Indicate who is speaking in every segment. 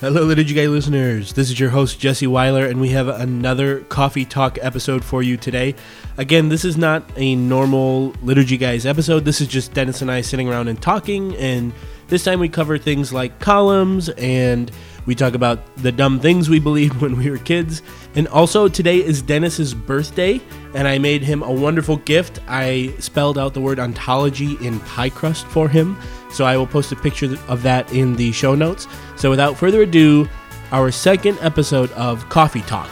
Speaker 1: Hello, Little Gay listeners. This is your host, Jesse Weiler, and we have another Coffee Talk episode for you today. Again, this is not a normal Liturgy Guys episode. This is just Dennis and I sitting around and talking, and this time we cover things like columns, and we talk about the dumb things we believed when we were kids. And also, today is Dennis's birthday, and I made him a wonderful gift. I spelled out the word ontology in pie crust for him. So I will post a picture of that in the show notes. So without further ado, our second episode of Coffee Talk.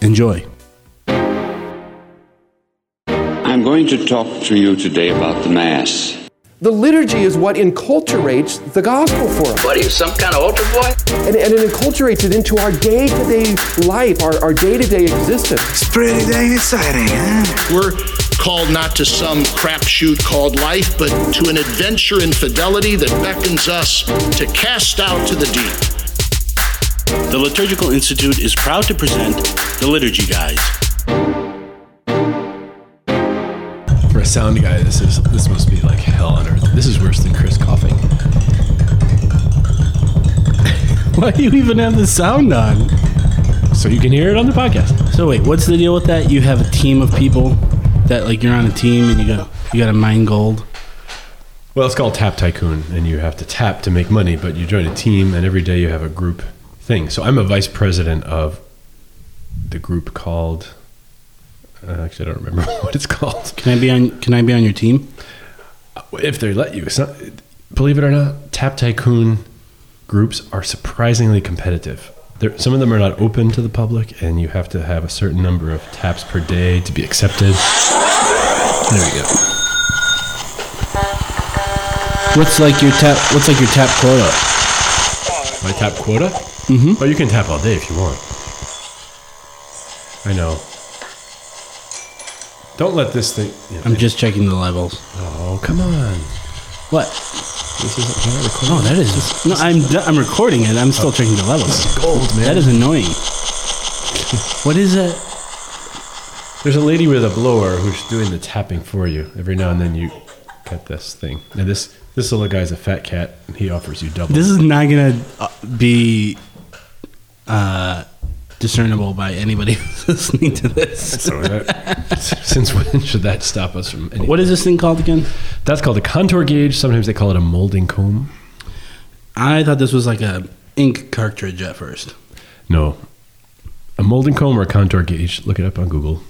Speaker 1: Enjoy.
Speaker 2: I'm going to talk to you today about the Mass.
Speaker 3: The liturgy is what enculturates the gospel for us.
Speaker 4: What are you, some kind of altar boy?
Speaker 3: And, and it enculturates it into our day to day life, our, our day to day existence.
Speaker 5: Pretty dang exciting, huh?
Speaker 6: We're called not to some crapshoot called life, but to an adventure in fidelity that beckons us to cast out to the deep.
Speaker 7: The Liturgical Institute is proud to present The Liturgy Guys.
Speaker 8: For a sound guy, this is this must be like hell on earth. This is worse than Chris coughing.
Speaker 1: Why do you even have the sound on?
Speaker 8: So you can hear it on the podcast.
Speaker 9: So wait, what's the deal with that? You have a team of people that like you're on a team and you got you got to mine gold.
Speaker 8: Well, it's called Tap Tycoon, and you have to tap to make money. But you join a team, and every day you have a group thing. So I'm a vice president of the group called. Uh, actually, I don't remember what it's called.
Speaker 9: Can I be on Can I be on your team?
Speaker 8: If they let you, it's not, believe it or not, Tap Tycoon groups are surprisingly competitive. There, some of them are not open to the public, and you have to have a certain number of taps per day to be accepted. There we go.
Speaker 9: What's like your tap? What's like your tap quota?
Speaker 8: My tap quota? Mm-hmm. Oh, you can tap all day if you want. I know. Don't let this thing. you know,
Speaker 9: I'm just checking the levels.
Speaker 8: oh, come on.
Speaker 9: What?
Speaker 8: This is am I recording?
Speaker 9: No, that is. No, I'm do- I'm recording it. I'm still checking the levels.
Speaker 8: Oh. gold, man.
Speaker 9: That is annoying. What is that?
Speaker 8: There's a lady with a blower who's doing the tapping for you. Every now and then you cut this thing. And this this little guy's a fat cat, and he offers you double.
Speaker 9: This is not gonna uh, be uh, discernible by anybody who's listening to this.
Speaker 8: so that, since when should that stop us from? Anything?
Speaker 9: What is this thing called again?
Speaker 8: That's called a contour gauge. Sometimes they call it a molding comb.
Speaker 9: I thought this was like a ink cartridge at first.
Speaker 8: No, a molding comb or a contour gauge. Look it up on Google.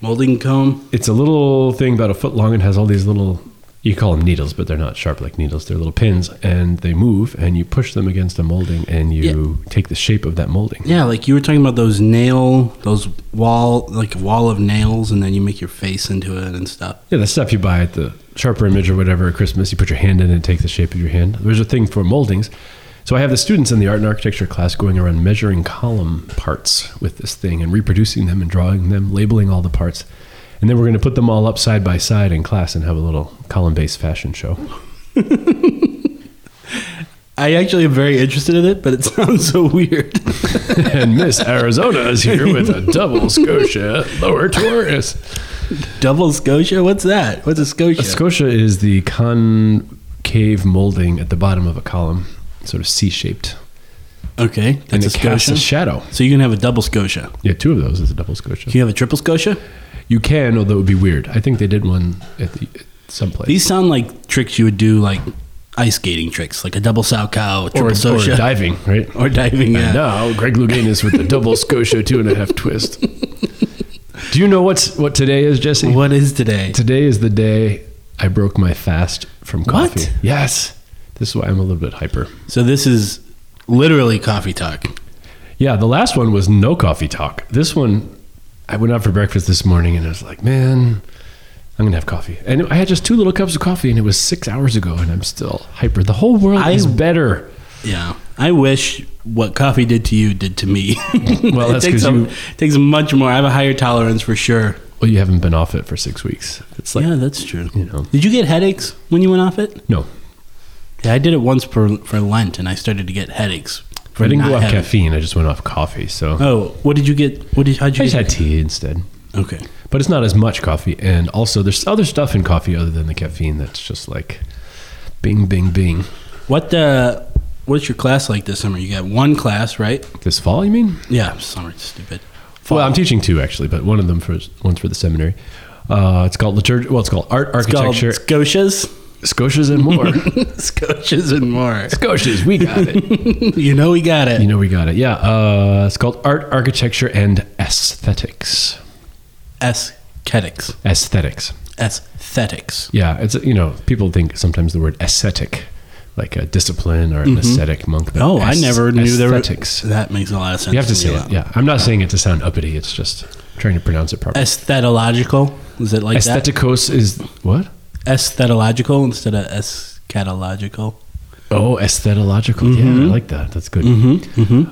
Speaker 9: Molding comb.
Speaker 8: It's a little thing about a foot long and has all these little. You call them needles, but they're not sharp like needles. They're little pins, and they move, and you push them against a molding, and you take the shape of that molding.
Speaker 9: Yeah, like you were talking about those nail, those wall, like wall of nails, and then you make your face into it and stuff.
Speaker 8: Yeah, the stuff you buy at the Sharper Image or whatever at Christmas, you put your hand in and take the shape of your hand. There's a thing for moldings. So I have the students in the art and architecture class going around measuring column parts with this thing and reproducing them and drawing them, labeling all the parts. And then we're going to put them all up side by side in class and have a little column based fashion show.
Speaker 9: I actually am very interested in it, but it sounds so weird.
Speaker 8: and Miss Arizona is here with a double Scotia lower Taurus.
Speaker 9: Double Scotia? What's that? What's a Scotia?
Speaker 8: A Scotia is the concave molding at the bottom of a column, sort of C shaped.
Speaker 9: okay,
Speaker 8: And
Speaker 9: that's a
Speaker 8: it casts
Speaker 9: Scotia.
Speaker 8: a shadow.
Speaker 9: so you can have a double Scotia.
Speaker 8: Yeah, two of those is a double Scotia.
Speaker 9: Can you have a triple Scotia?
Speaker 8: You can, although it would be weird. I think they did one at the at someplace.
Speaker 9: These sound like tricks you would do, like ice skating tricks, like a double sow cow, a triple
Speaker 8: or, or
Speaker 9: Scotia,
Speaker 8: diving, right?
Speaker 9: or diving. Yeah.
Speaker 8: And now Greg Louganis with the double Scotia two and a half twist. Do you know what's what today is, Jesse?
Speaker 9: What is today?
Speaker 8: Today is the day I broke my fast from
Speaker 9: What?
Speaker 8: coffee. Yes, this is why I'm a little bit hyper.
Speaker 9: So this is literally coffee talk.
Speaker 8: Yeah, the last one was no coffee talk. This one, I went out for breakfast this morning and I was like, man, I'm gonna have coffee. And I had just two little cups of coffee, and it was six hours ago, and I'm still hyper. The whole world
Speaker 9: I-
Speaker 8: is better.
Speaker 9: Yeah. I wish what coffee did to you did to me.
Speaker 8: Well, that's
Speaker 9: it takes,
Speaker 8: 'cause
Speaker 9: a-
Speaker 8: you-
Speaker 9: takes much more. I have a higher tolerance for sure.
Speaker 8: Well, you haven't been off it for six weeks. It's like
Speaker 9: yeah, that's true.
Speaker 8: you know.
Speaker 9: Did you get headaches when you went off it?
Speaker 8: no,
Speaker 9: Yeah, I did it once for for Lent, and I started to get headaches.
Speaker 8: I
Speaker 9: from
Speaker 8: didn't
Speaker 9: not
Speaker 8: go off
Speaker 9: having-
Speaker 8: caffeine. I just went off coffee. So
Speaker 9: Oh, what did you get? What did
Speaker 8: I
Speaker 9: how'd you
Speaker 8: just
Speaker 9: get?
Speaker 8: had tea instead.
Speaker 9: Okay.
Speaker 8: But it's not as much coffee, and also there's other stuff in coffee other than the caffeine that's just like, bing, bing, bing.
Speaker 9: What uh,
Speaker 1: What's your class like this summer? You got one class, right?
Speaker 8: This fall, you mean?
Speaker 1: Yeah, summer stupid.
Speaker 8: Well, I'm teaching two actually, but one of them for one's for the seminary. Uh, it's called liturg. Well, it's called art architecture,
Speaker 1: Scotias,
Speaker 8: Scotias and more.
Speaker 1: Scotias, and more.
Speaker 8: Scotias, we got it.
Speaker 1: You know we got it.
Speaker 8: you know, we got it. Yeah, uh, it's called art architecture and aesthetics.
Speaker 1: Aesthetics.
Speaker 8: Aesthetics.
Speaker 1: Aesthetics.
Speaker 8: Yeah, it's you know people think sometimes the word ascetic, like a discipline or an ascetic monk. but
Speaker 1: Mm-hmm. Oh, I
Speaker 8: aes-
Speaker 1: never knew there were.
Speaker 8: aesthetics.
Speaker 1: That makes a lot of sense.
Speaker 8: You have to
Speaker 1: me
Speaker 8: say
Speaker 1: now.
Speaker 8: it. Yeah, I'm not saying it to sound uppity. It's just trying to pronounce it properly.
Speaker 1: Aesthetological. Is it like
Speaker 8: Aestheticos is what?
Speaker 1: that? Aesthetological instead of eschatological.
Speaker 8: Oh, aesthetological. Yeah, I like that. That's good. Mm-hmm. Um, Hmm?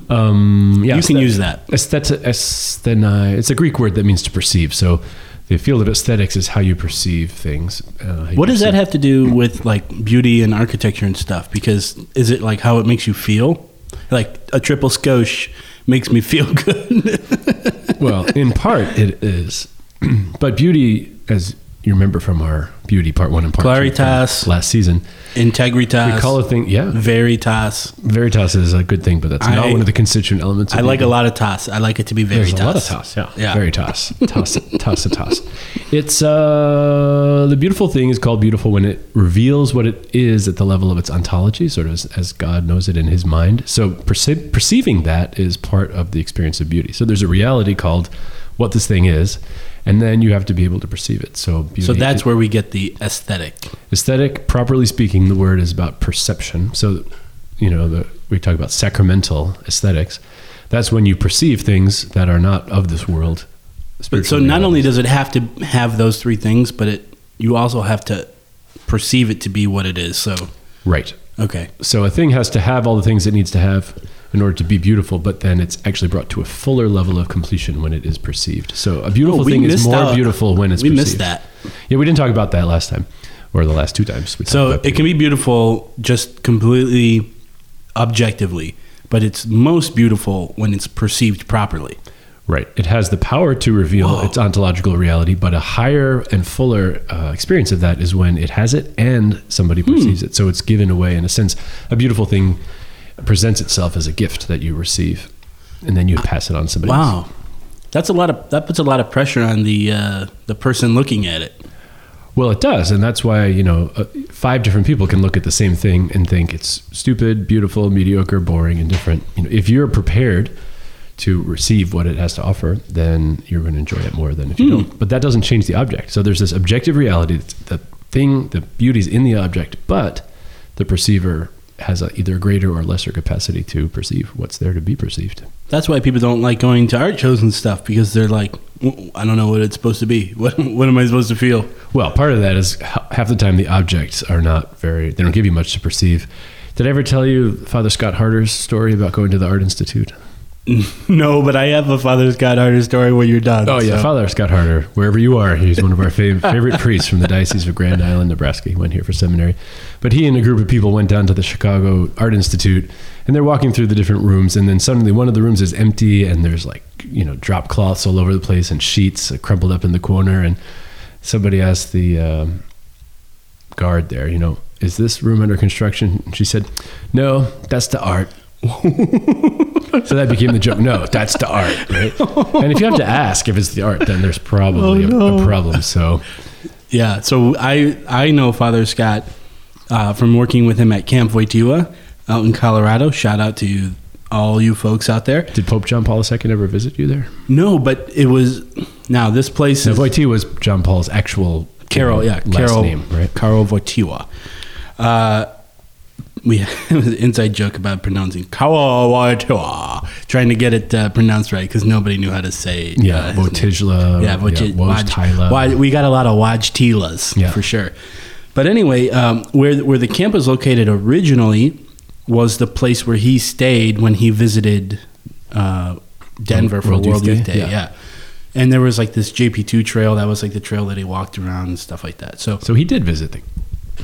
Speaker 8: Mm-hmm. yeah,
Speaker 1: You can
Speaker 8: aesthet-
Speaker 1: use that.
Speaker 8: Aesthet- aestheni- it's a Greek word that means to perceive. So the field of aesthetics is how you perceive things. Uh, how you
Speaker 1: What does that
Speaker 8: perceive-
Speaker 1: have to do with like beauty and architecture and stuff? Because is it like how it makes you feel? Like a triple skosh makes me feel good.
Speaker 8: well, in part, it is. but beauty, as you remember from our beauty part one and part two
Speaker 1: Claritas.
Speaker 8: from last season,
Speaker 1: Integritas.
Speaker 8: we call a thing, yeah,
Speaker 1: Veritas.
Speaker 8: veritas is a good thing, but that's not
Speaker 1: I-
Speaker 8: one of the constituent elements. Of
Speaker 1: I like a
Speaker 8: beauty.
Speaker 1: lot of toss. I like it to be
Speaker 8: There's
Speaker 1: veritas.
Speaker 8: a lot of toss, yeah.
Speaker 1: Yeah.
Speaker 8: Very toss. Toss, toss, a toss. It's uh, the beautiful thing is called beautiful when it reveals what it is at the level of its ontology, sort of as, as God knows it in his mind. So perce- perceiving that is part of the experience of beauty. So there's a reality called what this thing is, and then you have to be able to perceive it. So beauty
Speaker 1: So that's where we get the aesthetic.
Speaker 8: aesthetic properly speaking the word is about perception so you know the, we talk about sacramental aesthetics that's when you perceive things that are not of this world
Speaker 1: But so not only does it have to have those three things, but it you also have to perceive it to be what it is. So
Speaker 8: right
Speaker 1: okay,
Speaker 8: so a thing has to have all the things it needs to have in order to be beautiful but then it's actually brought to a fuller level of completion when it is perceived so a beautiful
Speaker 1: Oh, we
Speaker 8: thing is
Speaker 1: missed
Speaker 8: more
Speaker 1: out-
Speaker 8: beautiful when it's
Speaker 1: we missed
Speaker 8: perceived
Speaker 1: that.
Speaker 8: yeah we didn't talk about that last time or the last two times we talked
Speaker 1: So
Speaker 8: about
Speaker 1: it can be beautiful just completely objectively, but it's most beautiful when it's perceived properly.
Speaker 8: Right. It has the power to reveal
Speaker 1: Whoa.
Speaker 8: its ontological reality, but a higher and fuller uh, experience of that is when it has it and somebody
Speaker 1: Hmm.
Speaker 8: perceives it. So it's given away in a sense. A beautiful thing presents itself as a gift that you receive, and then you pass it on to somebody. else.
Speaker 1: Wow, that's a lot of that puts a lot of pressure on the uh, the person looking at it.
Speaker 8: Well, it does, and that's why you know uh, five different people can look at the same thing and think it's stupid, beautiful, mediocre, boring, indifferent. You know, if you're prepared to receive what it has to offer, then you're going to enjoy it more than if you don't. But that doesn't change the object. So there's this objective reality. That's the thing, the beauty's in the object, but the perceiver has a, either a greater or lesser capacity to perceive what's there to be perceived.
Speaker 1: That's why people don't like going to art shows and stuff because they're like, "W- I don't know what it's supposed to be. What what am I supposed to feel?
Speaker 8: Well, part of that is h- half the time the objects are not very, they don't give you much to perceive. Did I ever tell you Father Scott Harder's story about going to the Art Institute?
Speaker 1: No, but I have a Father's God artist story where you're done.
Speaker 8: Oh, yeah.
Speaker 1: so-
Speaker 8: Father Scott Harder, wherever you are, he's one of our fav- favorite priests from the Diocese of Grand Island, Nebraska. He went here for seminary. But he and a group of people went down to the Chicago Art Institute, and they're walking through the different rooms, and then suddenly one of the rooms is empty, and there's like, you know, drop cloths all over the place and sheets uh, crumpled up in the corner. And somebody asked the um, guard there, you know, is this room under construction? And she said, no, that's the art. So that became the joke. No, that's the art, right? And if you have to ask if it's the art, then there's probably a- a, problem. So
Speaker 1: Yeah, so I I know Father Scott uh, from working with him at Camp Waitua out in Colorado. Shout out to all you folks out there.
Speaker 8: did Pope John Paul II ever visit you there?
Speaker 1: No, but it was now this place
Speaker 8: No,
Speaker 1: is
Speaker 8: Voiti was John Paul's actual
Speaker 1: Carol. Yeah,
Speaker 8: last
Speaker 1: Carol.
Speaker 8: name, right?
Speaker 1: Carol Waitua. Uh, we it was an inside joke about pronouncing Carol Waitua, trying to get it uh, pronounced right because nobody knew how to say uh,
Speaker 8: Yeah,
Speaker 1: his name.
Speaker 8: Wotijla,
Speaker 1: Yeah, Wotij-
Speaker 8: yeah, Woj
Speaker 1: Waj-
Speaker 8: Tyla.
Speaker 1: Waj- we got a lot of Waj Tilas
Speaker 8: Yeah.
Speaker 1: for sure. But anyway, um, where where the camp was located originally was the place where he stayed when he visited uh, Denver for World, Youth Day. Yeah. and there was like this JP two trail that was like the trail that he walked around and stuff like that. So
Speaker 8: So he did visit the.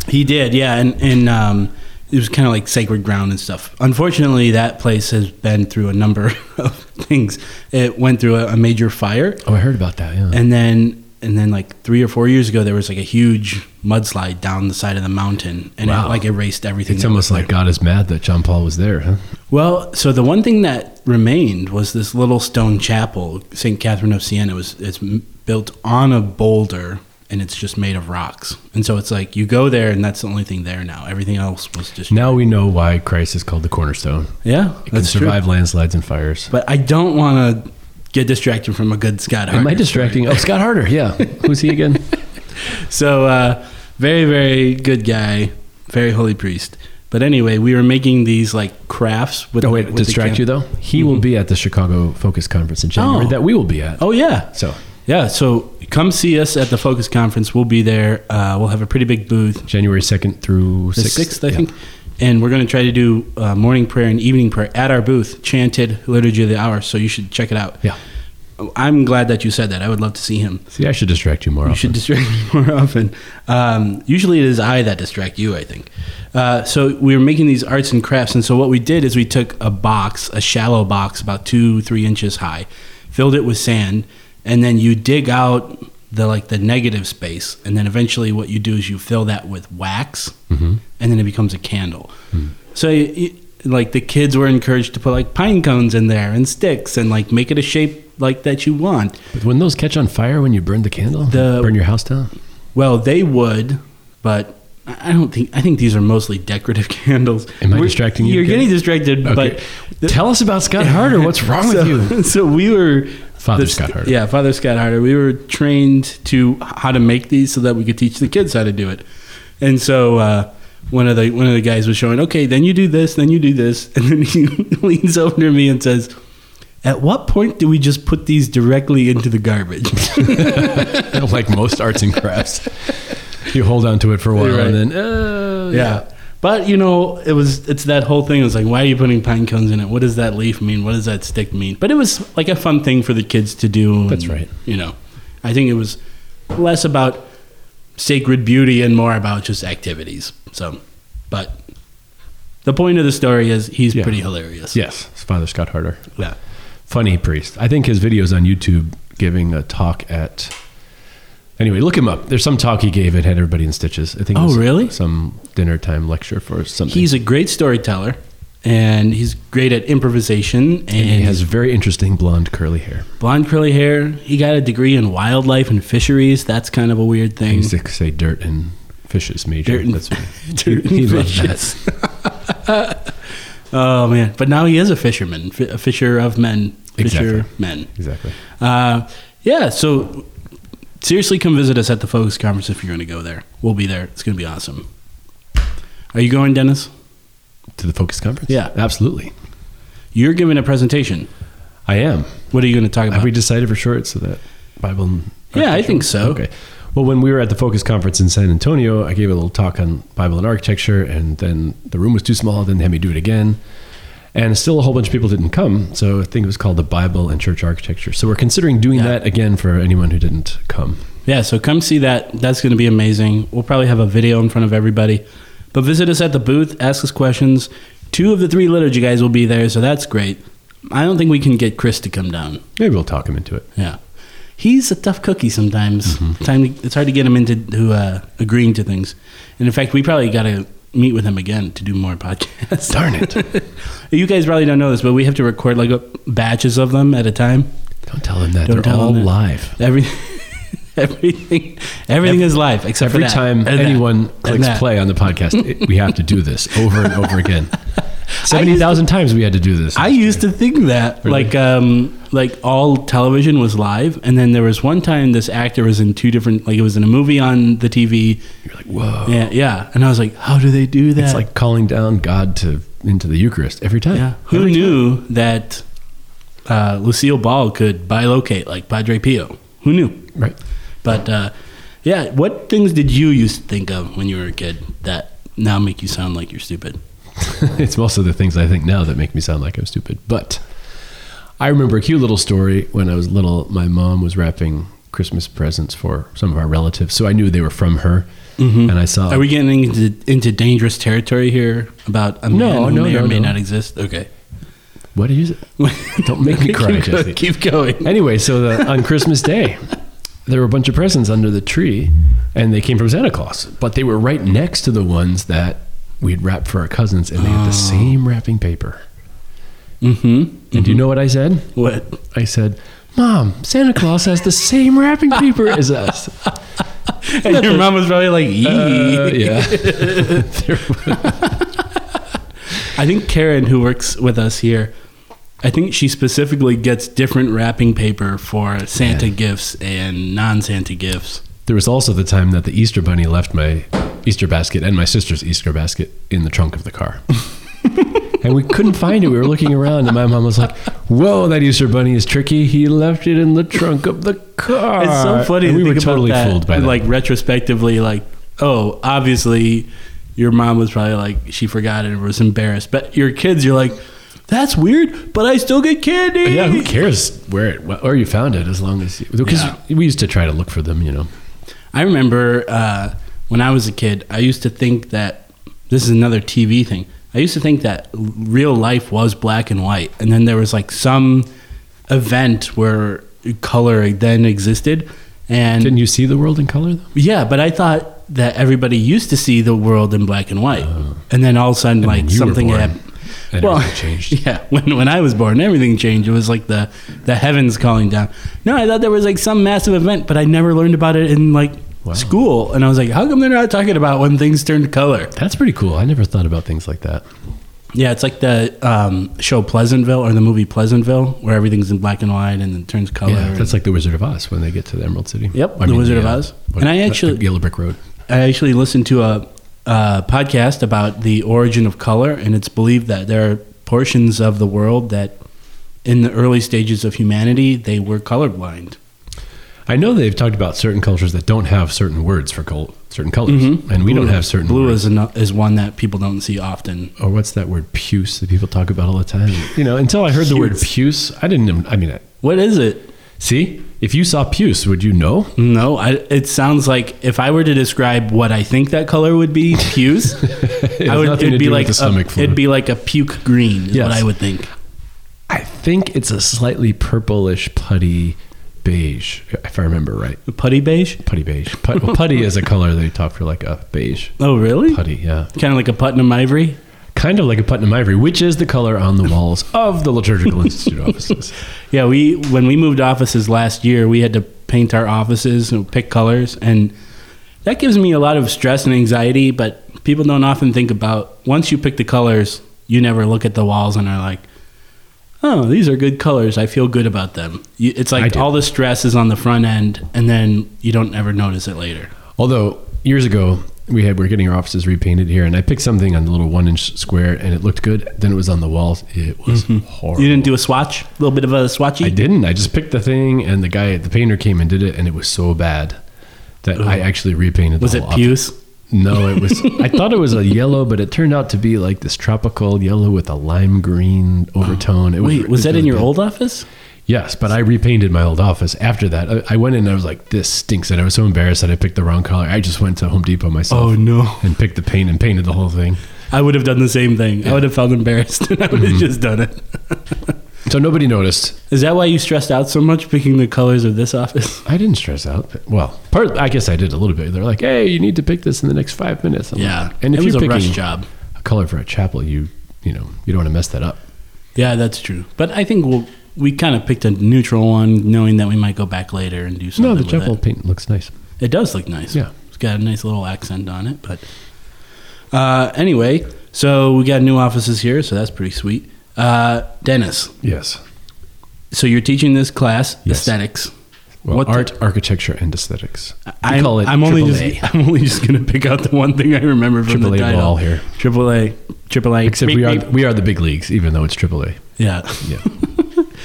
Speaker 1: he did, yeah, and and um, it was kind of like sacred ground and stuff. Unfortunately, that place has been through a number of things. It went through a, a major fire
Speaker 8: Oh, I heard about that. Yeah.
Speaker 1: and then
Speaker 9: and then like three or four years ago, there was like a huge mudslide down the side of the mountain, and
Speaker 8: Wow.
Speaker 9: it like erased everything.
Speaker 8: It's
Speaker 9: that
Speaker 8: almost
Speaker 9: was
Speaker 8: like God is mad that John Paul was there, huh?
Speaker 9: Well, so the one thing that remained was this little stone chapel, St. Catherine of Siena. It was it's m- built on a boulder and it's just made of rocks. And so it's like you go there and that's the only thing there now. Everything else was just
Speaker 8: Now we know why Christ is called the cornerstone.
Speaker 9: Yeah,
Speaker 8: It can
Speaker 9: that's true.
Speaker 8: survive landslides and fires.
Speaker 9: But I don't want to get distracted from a good
Speaker 8: Am
Speaker 9: Scott.
Speaker 8: I
Speaker 9: Hartnett story.
Speaker 8: distracting? Oh, Scott Harder. Yeah. Who's he again?
Speaker 9: So, uh, very, very good guy, very holy priest. But anyway, we were making these like crafts with.
Speaker 8: Oh, wait,
Speaker 9: with the
Speaker 8: distract
Speaker 9: camp-
Speaker 8: you though? Mm-hmm. He will be at the Chicago Focus Conference in January
Speaker 9: Oh.
Speaker 8: that we will be at.
Speaker 9: Oh yeah,
Speaker 8: So,
Speaker 9: yeah. So come see us at the Focus Conference. We'll be there. Uh, we'll have a pretty big booth,
Speaker 8: January 2nd through
Speaker 9: the
Speaker 8: 6th.
Speaker 9: sixth, I
Speaker 8: Yeah.
Speaker 9: think. And we're going to try to do uh, morning prayer and evening prayer at our booth, chanted liturgy of the hour. So you should check it out.
Speaker 8: Yeah.
Speaker 9: I'm glad that you said that. I would love to see him.
Speaker 8: See, I should distract you more
Speaker 9: You
Speaker 8: often.
Speaker 9: should distract me more often. Um, usually it is I that distract you, I think. Uh, so we were making these arts and crafts. And so what we did is we took a box, a shallow box, about two, three inches high, filled it with sand, and then you dig out the like the negative space and then eventually what you do is you fill that with wax and then it becomes a candle so you, like the kids were encouraged to put like pine cones in there and sticks and like make it a shape like that you want
Speaker 8: But when those catch on fire when you burn the candle,
Speaker 9: The-
Speaker 8: burn your house down?
Speaker 9: Well, they would, but I I don't think. I think these are mostly decorative candles.
Speaker 8: Am I distracting you
Speaker 9: You're
Speaker 8: again?
Speaker 9: getting distracted,
Speaker 8: Okay.
Speaker 9: but the-
Speaker 8: Tell us about Scott Harder. What's wrong
Speaker 9: so,
Speaker 8: with you?
Speaker 9: So we were
Speaker 8: Father
Speaker 9: the
Speaker 8: Scott
Speaker 9: st-
Speaker 8: Harder.
Speaker 9: Yeah, Father Scott Harder. We were trained to h- how to make these so that we could teach the kids how to do it. And so uh, one of the one of the guys was showing. Okay, then you do this, then you do this, and then he leans over to me and says. At what point do we just put these directly into the garbage?
Speaker 8: like most arts and crafts, you hold on to it for a while
Speaker 9: You're right.
Speaker 8: and then, uh,
Speaker 9: yeah. But you know, it was it's that whole thing. It was like, why are you putting pine cones in it? What does that leaf mean? What does that stick mean? But it was like a fun thing for the kids to do.
Speaker 8: That's
Speaker 9: and,
Speaker 8: right.
Speaker 9: You know, I think it was less about sacred beauty and more about just activities. So, but the point of the story is he's
Speaker 8: Yeah.
Speaker 9: pretty hilarious.
Speaker 8: Yes, it's Father Scott Harder.
Speaker 9: Yeah.
Speaker 8: Funny priest. I think his videos on YouTube giving a talk at. Anyway, look him up. There's some talk he gave. It had everybody in stitches. I think. it
Speaker 9: Oh,
Speaker 8: was
Speaker 9: really?
Speaker 8: Some dinner time lecture for something.
Speaker 9: He's a great storyteller and he's great at improvisation and,
Speaker 8: and he has very interesting blonde curly hair.
Speaker 9: blonde curly hair. He got a degree in wildlife and fisheries. That's kind of a weird thing.
Speaker 8: He used to say dirt and fishes major.
Speaker 9: Mm-hmm. Dirt and-
Speaker 8: That's what
Speaker 9: Dude,
Speaker 8: he loved
Speaker 9: fishes. oh man! But now he is a fisherman, fi- a fisher of men, fisher
Speaker 8: Exactly.
Speaker 9: men.
Speaker 8: exactly.
Speaker 9: Uh, yeah. So seriously, come visit us at the Focus Conference if you're going to go there. We'll be there. It's going to be awesome. Are you going, Dennis?
Speaker 8: To the focus conference.
Speaker 9: Yeah.
Speaker 8: absolutely.
Speaker 9: You're giving a presentation.
Speaker 8: I am.
Speaker 9: What are you going to talk about?
Speaker 8: Have we decided for sure it's that Bible? And
Speaker 9: Yeah, I
Speaker 8: architecture?
Speaker 9: think so.
Speaker 8: Okay. Well, when we were at the Focus Conference in San Antonio, I gave a little talk on Bible and architecture, and then the room was too small. Then they had me do it again, and still a whole bunch of people didn't come. So I think it was called the Bible and Church Architecture. So we're considering doing
Speaker 9: Yeah.
Speaker 8: that again for anyone who didn't come.
Speaker 9: Yeah, so come see that. That's going to be amazing. We'll probably have a video in front of everybody. But visit us at the booth, ask us questions. Two of the three liturgy guys will be there, so that's great. I don't think we can get Chris to come down.
Speaker 8: Maybe we'll talk him into it.
Speaker 9: Yeah. He's a tough cookie sometimes. Time to, it's hard to get him into to, uh, agreeing to things. And in fact, we probably got to meet with him again to do more podcasts.
Speaker 8: Darn it!
Speaker 9: you guys probably don't know this, but we have to record like a, batches of them at a time.
Speaker 8: Don't tell him that.
Speaker 9: Don't
Speaker 8: They're
Speaker 9: tell him
Speaker 8: all
Speaker 9: that.
Speaker 8: live.
Speaker 9: Every, everything, everything is live except for
Speaker 8: Every
Speaker 9: that.
Speaker 8: time
Speaker 9: And that.
Speaker 8: anyone
Speaker 9: And
Speaker 8: clicks
Speaker 9: that.
Speaker 8: play on the podcast, it, we have to do this over and over again. Seventy thousand times we had to do this.
Speaker 9: I used to think that
Speaker 8: Really?
Speaker 9: like um like all television was live, and then there was one time this actor was in two different like it was in a movie on the TV.
Speaker 8: You're like, whoa.
Speaker 9: Yeah, yeah, and I was like, how do they do that?
Speaker 8: Oh. It's like calling down God to into the Eucharist every time.
Speaker 9: yeah, who
Speaker 8: Every time.
Speaker 9: knew that uh, Lucille Ball could bilocate like Padre Pio? Who knew?
Speaker 8: Right.
Speaker 9: But uh, yeah, what things did you used to think of when you were a kid that now make you sound like you're stupid?
Speaker 8: it's most of the things I think now that make me sound like I'm stupid. But I remember a cute little story when I was little. My mom was wrapping Christmas presents for some of our relatives, so I knew they were from her. And I saw.
Speaker 9: Mm-hmm. Are we getting into, into dangerous territory here about a man
Speaker 8: No,
Speaker 9: who
Speaker 8: no,
Speaker 9: may
Speaker 8: no,
Speaker 9: or may
Speaker 8: no.
Speaker 9: not exist? Okay.
Speaker 8: what did you say? Don't make me cry,
Speaker 9: keep, go-
Speaker 8: Jesse.
Speaker 9: keep going.
Speaker 8: Anyway, so the, on Christmas Day, there were a bunch of presents under the tree, and they came from Santa Claus, but they were right next to the ones that we had wrapped for our cousins, and they had the same wrapping paper.
Speaker 9: Oh. Mm-hmm.
Speaker 8: And do you know what I said?
Speaker 9: What?
Speaker 8: I said, "Mom, Santa Claus has the same wrapping paper as us."
Speaker 9: And your mom was probably like, "Yee."
Speaker 8: Uh, yeah. There was-
Speaker 9: Uh, I think Karen, who works with us here, I think she specifically gets different wrapping paper for Santa gifts and non-Santa gifts.
Speaker 8: There was also the time that the Easter bunny left my Easter basket and my sister's Easter basket in the trunk of the car. and we couldn't find it. We were looking around, and my mom was like, Whoa, that Easter bunny is tricky. He left it in the trunk of the car.
Speaker 9: It's so funny.
Speaker 8: And we
Speaker 9: to think
Speaker 8: were
Speaker 9: about
Speaker 8: totally
Speaker 9: that,
Speaker 8: fooled by that.
Speaker 9: Like retrospectively, like oh, obviously, your mom was probably like she forgot it and was embarrassed. But your kids, you're like, that's weird. But I still get candy.
Speaker 8: yeah, who cares where it or you found it as long as you. Because
Speaker 9: Yeah.
Speaker 8: we used to try to look for them, you know.
Speaker 9: I remember uh, when I was a kid, I used to think that this is another TV thing. I used to think that l- real life was black and white, and then there was like some event where color then existed. And
Speaker 8: Didn't you see the world in color, though?
Speaker 9: yeah, but I thought that everybody used to see the world in black and white, and then all of a sudden, like
Speaker 8: then Uh-huh. you were
Speaker 9: something
Speaker 8: born,
Speaker 9: happened.
Speaker 8: and everything changed.
Speaker 9: Yeah, when when I was born, everything changed. It was like the the heavens calling down. No, I thought there was like some massive event, but I never learned about it in like
Speaker 8: Wow.
Speaker 9: school. And I was like, how come they're not talking about when things turned color?
Speaker 8: That's pretty cool. I never thought about things like that.
Speaker 9: Yeah, it's like the um, show Pleasantville or the movie Pleasantville, where everything's in black and white and then turns color.
Speaker 8: Yeah, that's
Speaker 9: and-
Speaker 8: like the Wizard of Oz when they get to the Emerald City.
Speaker 9: Oh, Yep, the Wizard of
Speaker 8: uh,
Speaker 9: Oz.
Speaker 8: what-
Speaker 9: And I
Speaker 8: the- the
Speaker 9: actually-
Speaker 8: Yellow Brick Road.
Speaker 9: I actually listened to a, a podcast about the origin of color, and it's believed that there are portions of the world that, in the early stages of humanity, they were colorblind.
Speaker 8: I know they've talked about certain cultures that don't have certain words for col- certain colors, and we
Speaker 9: Mm-hmm. Blue-
Speaker 8: don't have certain
Speaker 9: blue
Speaker 8: words.
Speaker 9: is an, is one that people don't see often.
Speaker 8: or what's that word puce that people talk about all the time? You know, until I heard the word puce, I didn't. even- I mean, I,
Speaker 9: What is it?
Speaker 8: see, if you saw puce, would you know?
Speaker 9: No, I, it sounds like if I were to describe what I think that color would be, puce.
Speaker 8: It
Speaker 9: I
Speaker 8: has
Speaker 9: would.
Speaker 8: nothing to
Speaker 9: It'd be
Speaker 8: do with
Speaker 9: like
Speaker 8: the
Speaker 9: a,
Speaker 8: stomach flu.
Speaker 9: it'd be like a puke green. Is
Speaker 8: Yes.
Speaker 9: what I would think.
Speaker 8: I think it's a slightly purplish putty beige, if I remember right.
Speaker 9: Putty beige.
Speaker 8: Putty beige. Put, well, putty is a color they talk for, like a beige
Speaker 9: Oh, really?
Speaker 8: putty. Yeah.
Speaker 9: Kind of like a Putnam ivory.
Speaker 8: kind of like a Putnam ivory, which is the color on the walls of the Liturgical Institute offices.
Speaker 9: Yeah, we when we moved offices last year, we had to paint our offices and pick colors, and that gives me a lot of stress and anxiety. But people don't often think about once you pick the colors, you never look at the walls and are like, "Oh, these are good colors. I feel good about them." You, it's
Speaker 8: I
Speaker 9: like
Speaker 8: do.
Speaker 9: all the stress is on the front end, and then you don't ever notice it later.
Speaker 8: Although years ago we had we are getting our offices repainted here, and I picked something on the little one inch square, and it looked good. Then it was on the walls. It was horrible.
Speaker 9: Mm-hmm. You didn't do a swatch, a little bit of a swatchy.
Speaker 8: I didn't. I just picked the thing, and the guy, the painter, came and did it, and it was so bad that I actually repainted.
Speaker 9: Was
Speaker 8: the
Speaker 9: it
Speaker 8: whole office.
Speaker 9: puce?
Speaker 8: No, it was. I thought it was a yellow, but it turned out to be like this tropical yellow with a lime green overtone. It
Speaker 9: Wait,
Speaker 8: it
Speaker 9: was that in
Speaker 8: really
Speaker 9: your
Speaker 8: bad.
Speaker 9: old office?
Speaker 8: Yes, but I repainted my old office after that. I, I went in and I was like, this stinks. And I was so embarrassed that I picked the wrong color. I just went to Home Depot myself
Speaker 9: Oh, no.
Speaker 8: and picked the paint and painted the whole thing.
Speaker 9: I would have done the same thing. I would have felt embarrassed and I would have just done it.
Speaker 8: So nobody noticed.
Speaker 9: Mm-hmm. Is that why you stressed out so much picking the colors of this office?
Speaker 8: I didn't stress out. Well, part I guess I did a little bit. They're like, hey, you need to pick this in the next five minutes. I'm like, and
Speaker 9: and
Speaker 8: if
Speaker 9: it was
Speaker 8: you're
Speaker 9: a
Speaker 8: picking
Speaker 9: rush job.
Speaker 8: a color for a chapel, you you know you don't want to mess that up.
Speaker 9: Yeah, that's true. But I think we'll, we kind of picked a neutral one, knowing that we might go back later and do something.
Speaker 8: No, the
Speaker 9: with
Speaker 8: chapel
Speaker 9: It.
Speaker 8: paint looks nice.
Speaker 9: it does look nice.
Speaker 8: Yeah.
Speaker 9: it's got a nice little accent on it. But uh, anyway, so we got new offices here, so that's pretty sweet. Uh, Dennis,
Speaker 8: Yes.
Speaker 9: so you're teaching this class
Speaker 8: Yes.
Speaker 9: aesthetics.
Speaker 8: Well,
Speaker 9: What the-
Speaker 8: art, architecture, and aesthetics. We
Speaker 9: I'm,
Speaker 8: call it
Speaker 9: I'm only
Speaker 8: triple
Speaker 9: just
Speaker 8: A.
Speaker 9: I'm only just gonna pick out the one thing I remember from
Speaker 8: Triple A
Speaker 9: the title.
Speaker 8: wall here.
Speaker 9: Triple A, Triple A.
Speaker 8: Except we are we are the big leagues, even though it's AAA.
Speaker 9: Yeah.
Speaker 8: Yeah.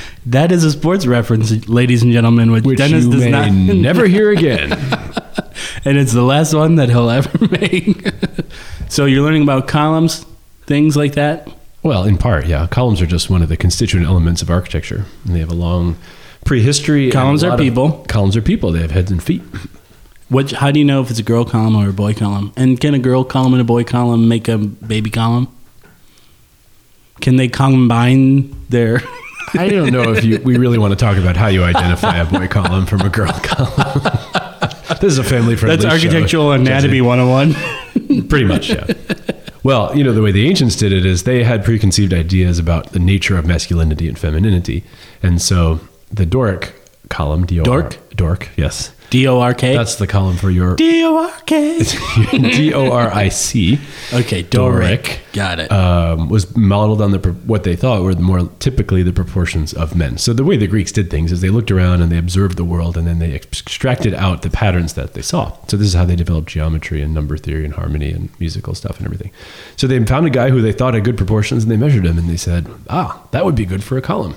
Speaker 9: that is a sports reference, ladies and gentlemen, which,
Speaker 8: Which
Speaker 9: Dennis
Speaker 8: you
Speaker 9: does
Speaker 8: may
Speaker 9: not
Speaker 8: never hear again.
Speaker 9: and it's the last one that he'll ever make. so you're learning about columns, things like that.
Speaker 8: Well, in part, yeah. Columns are just one of the constituent elements of architecture, and they have a long prehistory. and
Speaker 9: Columns
Speaker 8: a
Speaker 9: are
Speaker 8: lot of-
Speaker 9: people.
Speaker 8: columns are people. They have heads and feet.
Speaker 9: What? How do you know if it's a girl column or a boy column? And can a girl column and a boy column make a baby column? Can they combine their
Speaker 8: I don't know if you, we really want to talk about how you identify a boy column from a girl column. this is a family friendly.
Speaker 9: That's architectural anatomy 101.
Speaker 8: pretty much. Yeah. Well, you know the way the ancients did it is they had preconceived ideas about the nature of masculinity and femininity, and so the Doric column, D O R-
Speaker 9: Dork?
Speaker 8: Dork, yes,
Speaker 9: D O R K.
Speaker 8: that's the column for your
Speaker 9: D O R K.
Speaker 8: D O R I C.
Speaker 9: Okay, Doric. Got it.
Speaker 8: um, was modeled on the pro- what they thought were the more typically the proportions of men. So the way the Greeks did things is they looked around and they observed the world and then they extracted out the patterns that they saw. So this is how they developed geometry and number theory and harmony and musical stuff and everything. So they found a guy who they thought had good proportions and they measured him and they said, ah, that would be good for a column.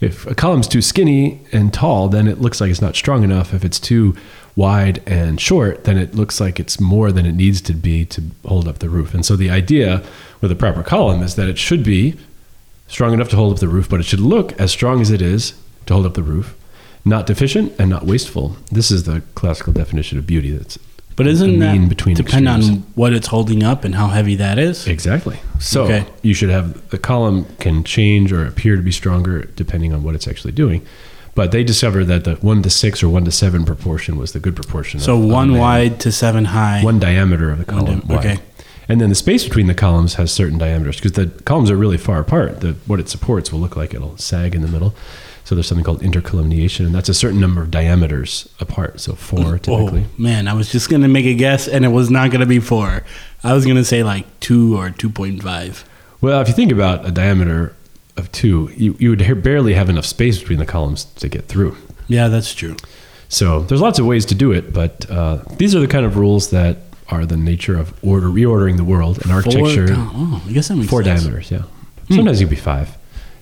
Speaker 8: If a column's too skinny and tall, then it looks like it's not strong enough. If it's too wide and short, then it looks like it's more than it needs to be to hold up the roof. And so the idea with a proper column is that it should be strong enough to hold up the roof, but it should look as strong as it is to hold up the roof, not deficient and not wasteful. This is the classical definition of beauty. That's
Speaker 9: but
Speaker 8: a
Speaker 9: isn't
Speaker 8: mean
Speaker 9: that
Speaker 8: between
Speaker 9: depend on
Speaker 8: extremes.
Speaker 9: what it's holding up and how heavy that is?
Speaker 8: Exactly. So
Speaker 9: Okay.
Speaker 8: you should have the column can change or appear to be stronger depending on what it's actually doing. But they discovered that the one to six or one to seven proportion was the good proportion.
Speaker 9: So
Speaker 8: of- of
Speaker 9: one
Speaker 8: man.
Speaker 9: wide to seven high.
Speaker 8: one diameter of the
Speaker 9: One
Speaker 8: column.
Speaker 9: diam-
Speaker 8: wide.
Speaker 9: okay.
Speaker 8: And then the space between the columns has certain diameters because the columns are really far apart. The, what it supports will look like it'll sag in the middle. So there's something called intercolumniation, and that's a certain number of diameters apart. So four typically.
Speaker 9: Oh man, I was just gonna make a guess, and it was not gonna be four. I was gonna say like two or two point five.
Speaker 8: Well, if you think about a diameter of two, you, you would ha- barely have enough space between the columns to get through.
Speaker 9: Yeah, that's true.
Speaker 8: So there's lots of ways to do it, but uh, these are the kind of rules that are the nature of order reordering the world and architecture.
Speaker 9: Four, Hmm. oh, I guess that makes
Speaker 8: Four
Speaker 9: sense.
Speaker 8: diameters, yeah. Sometimes it could be five.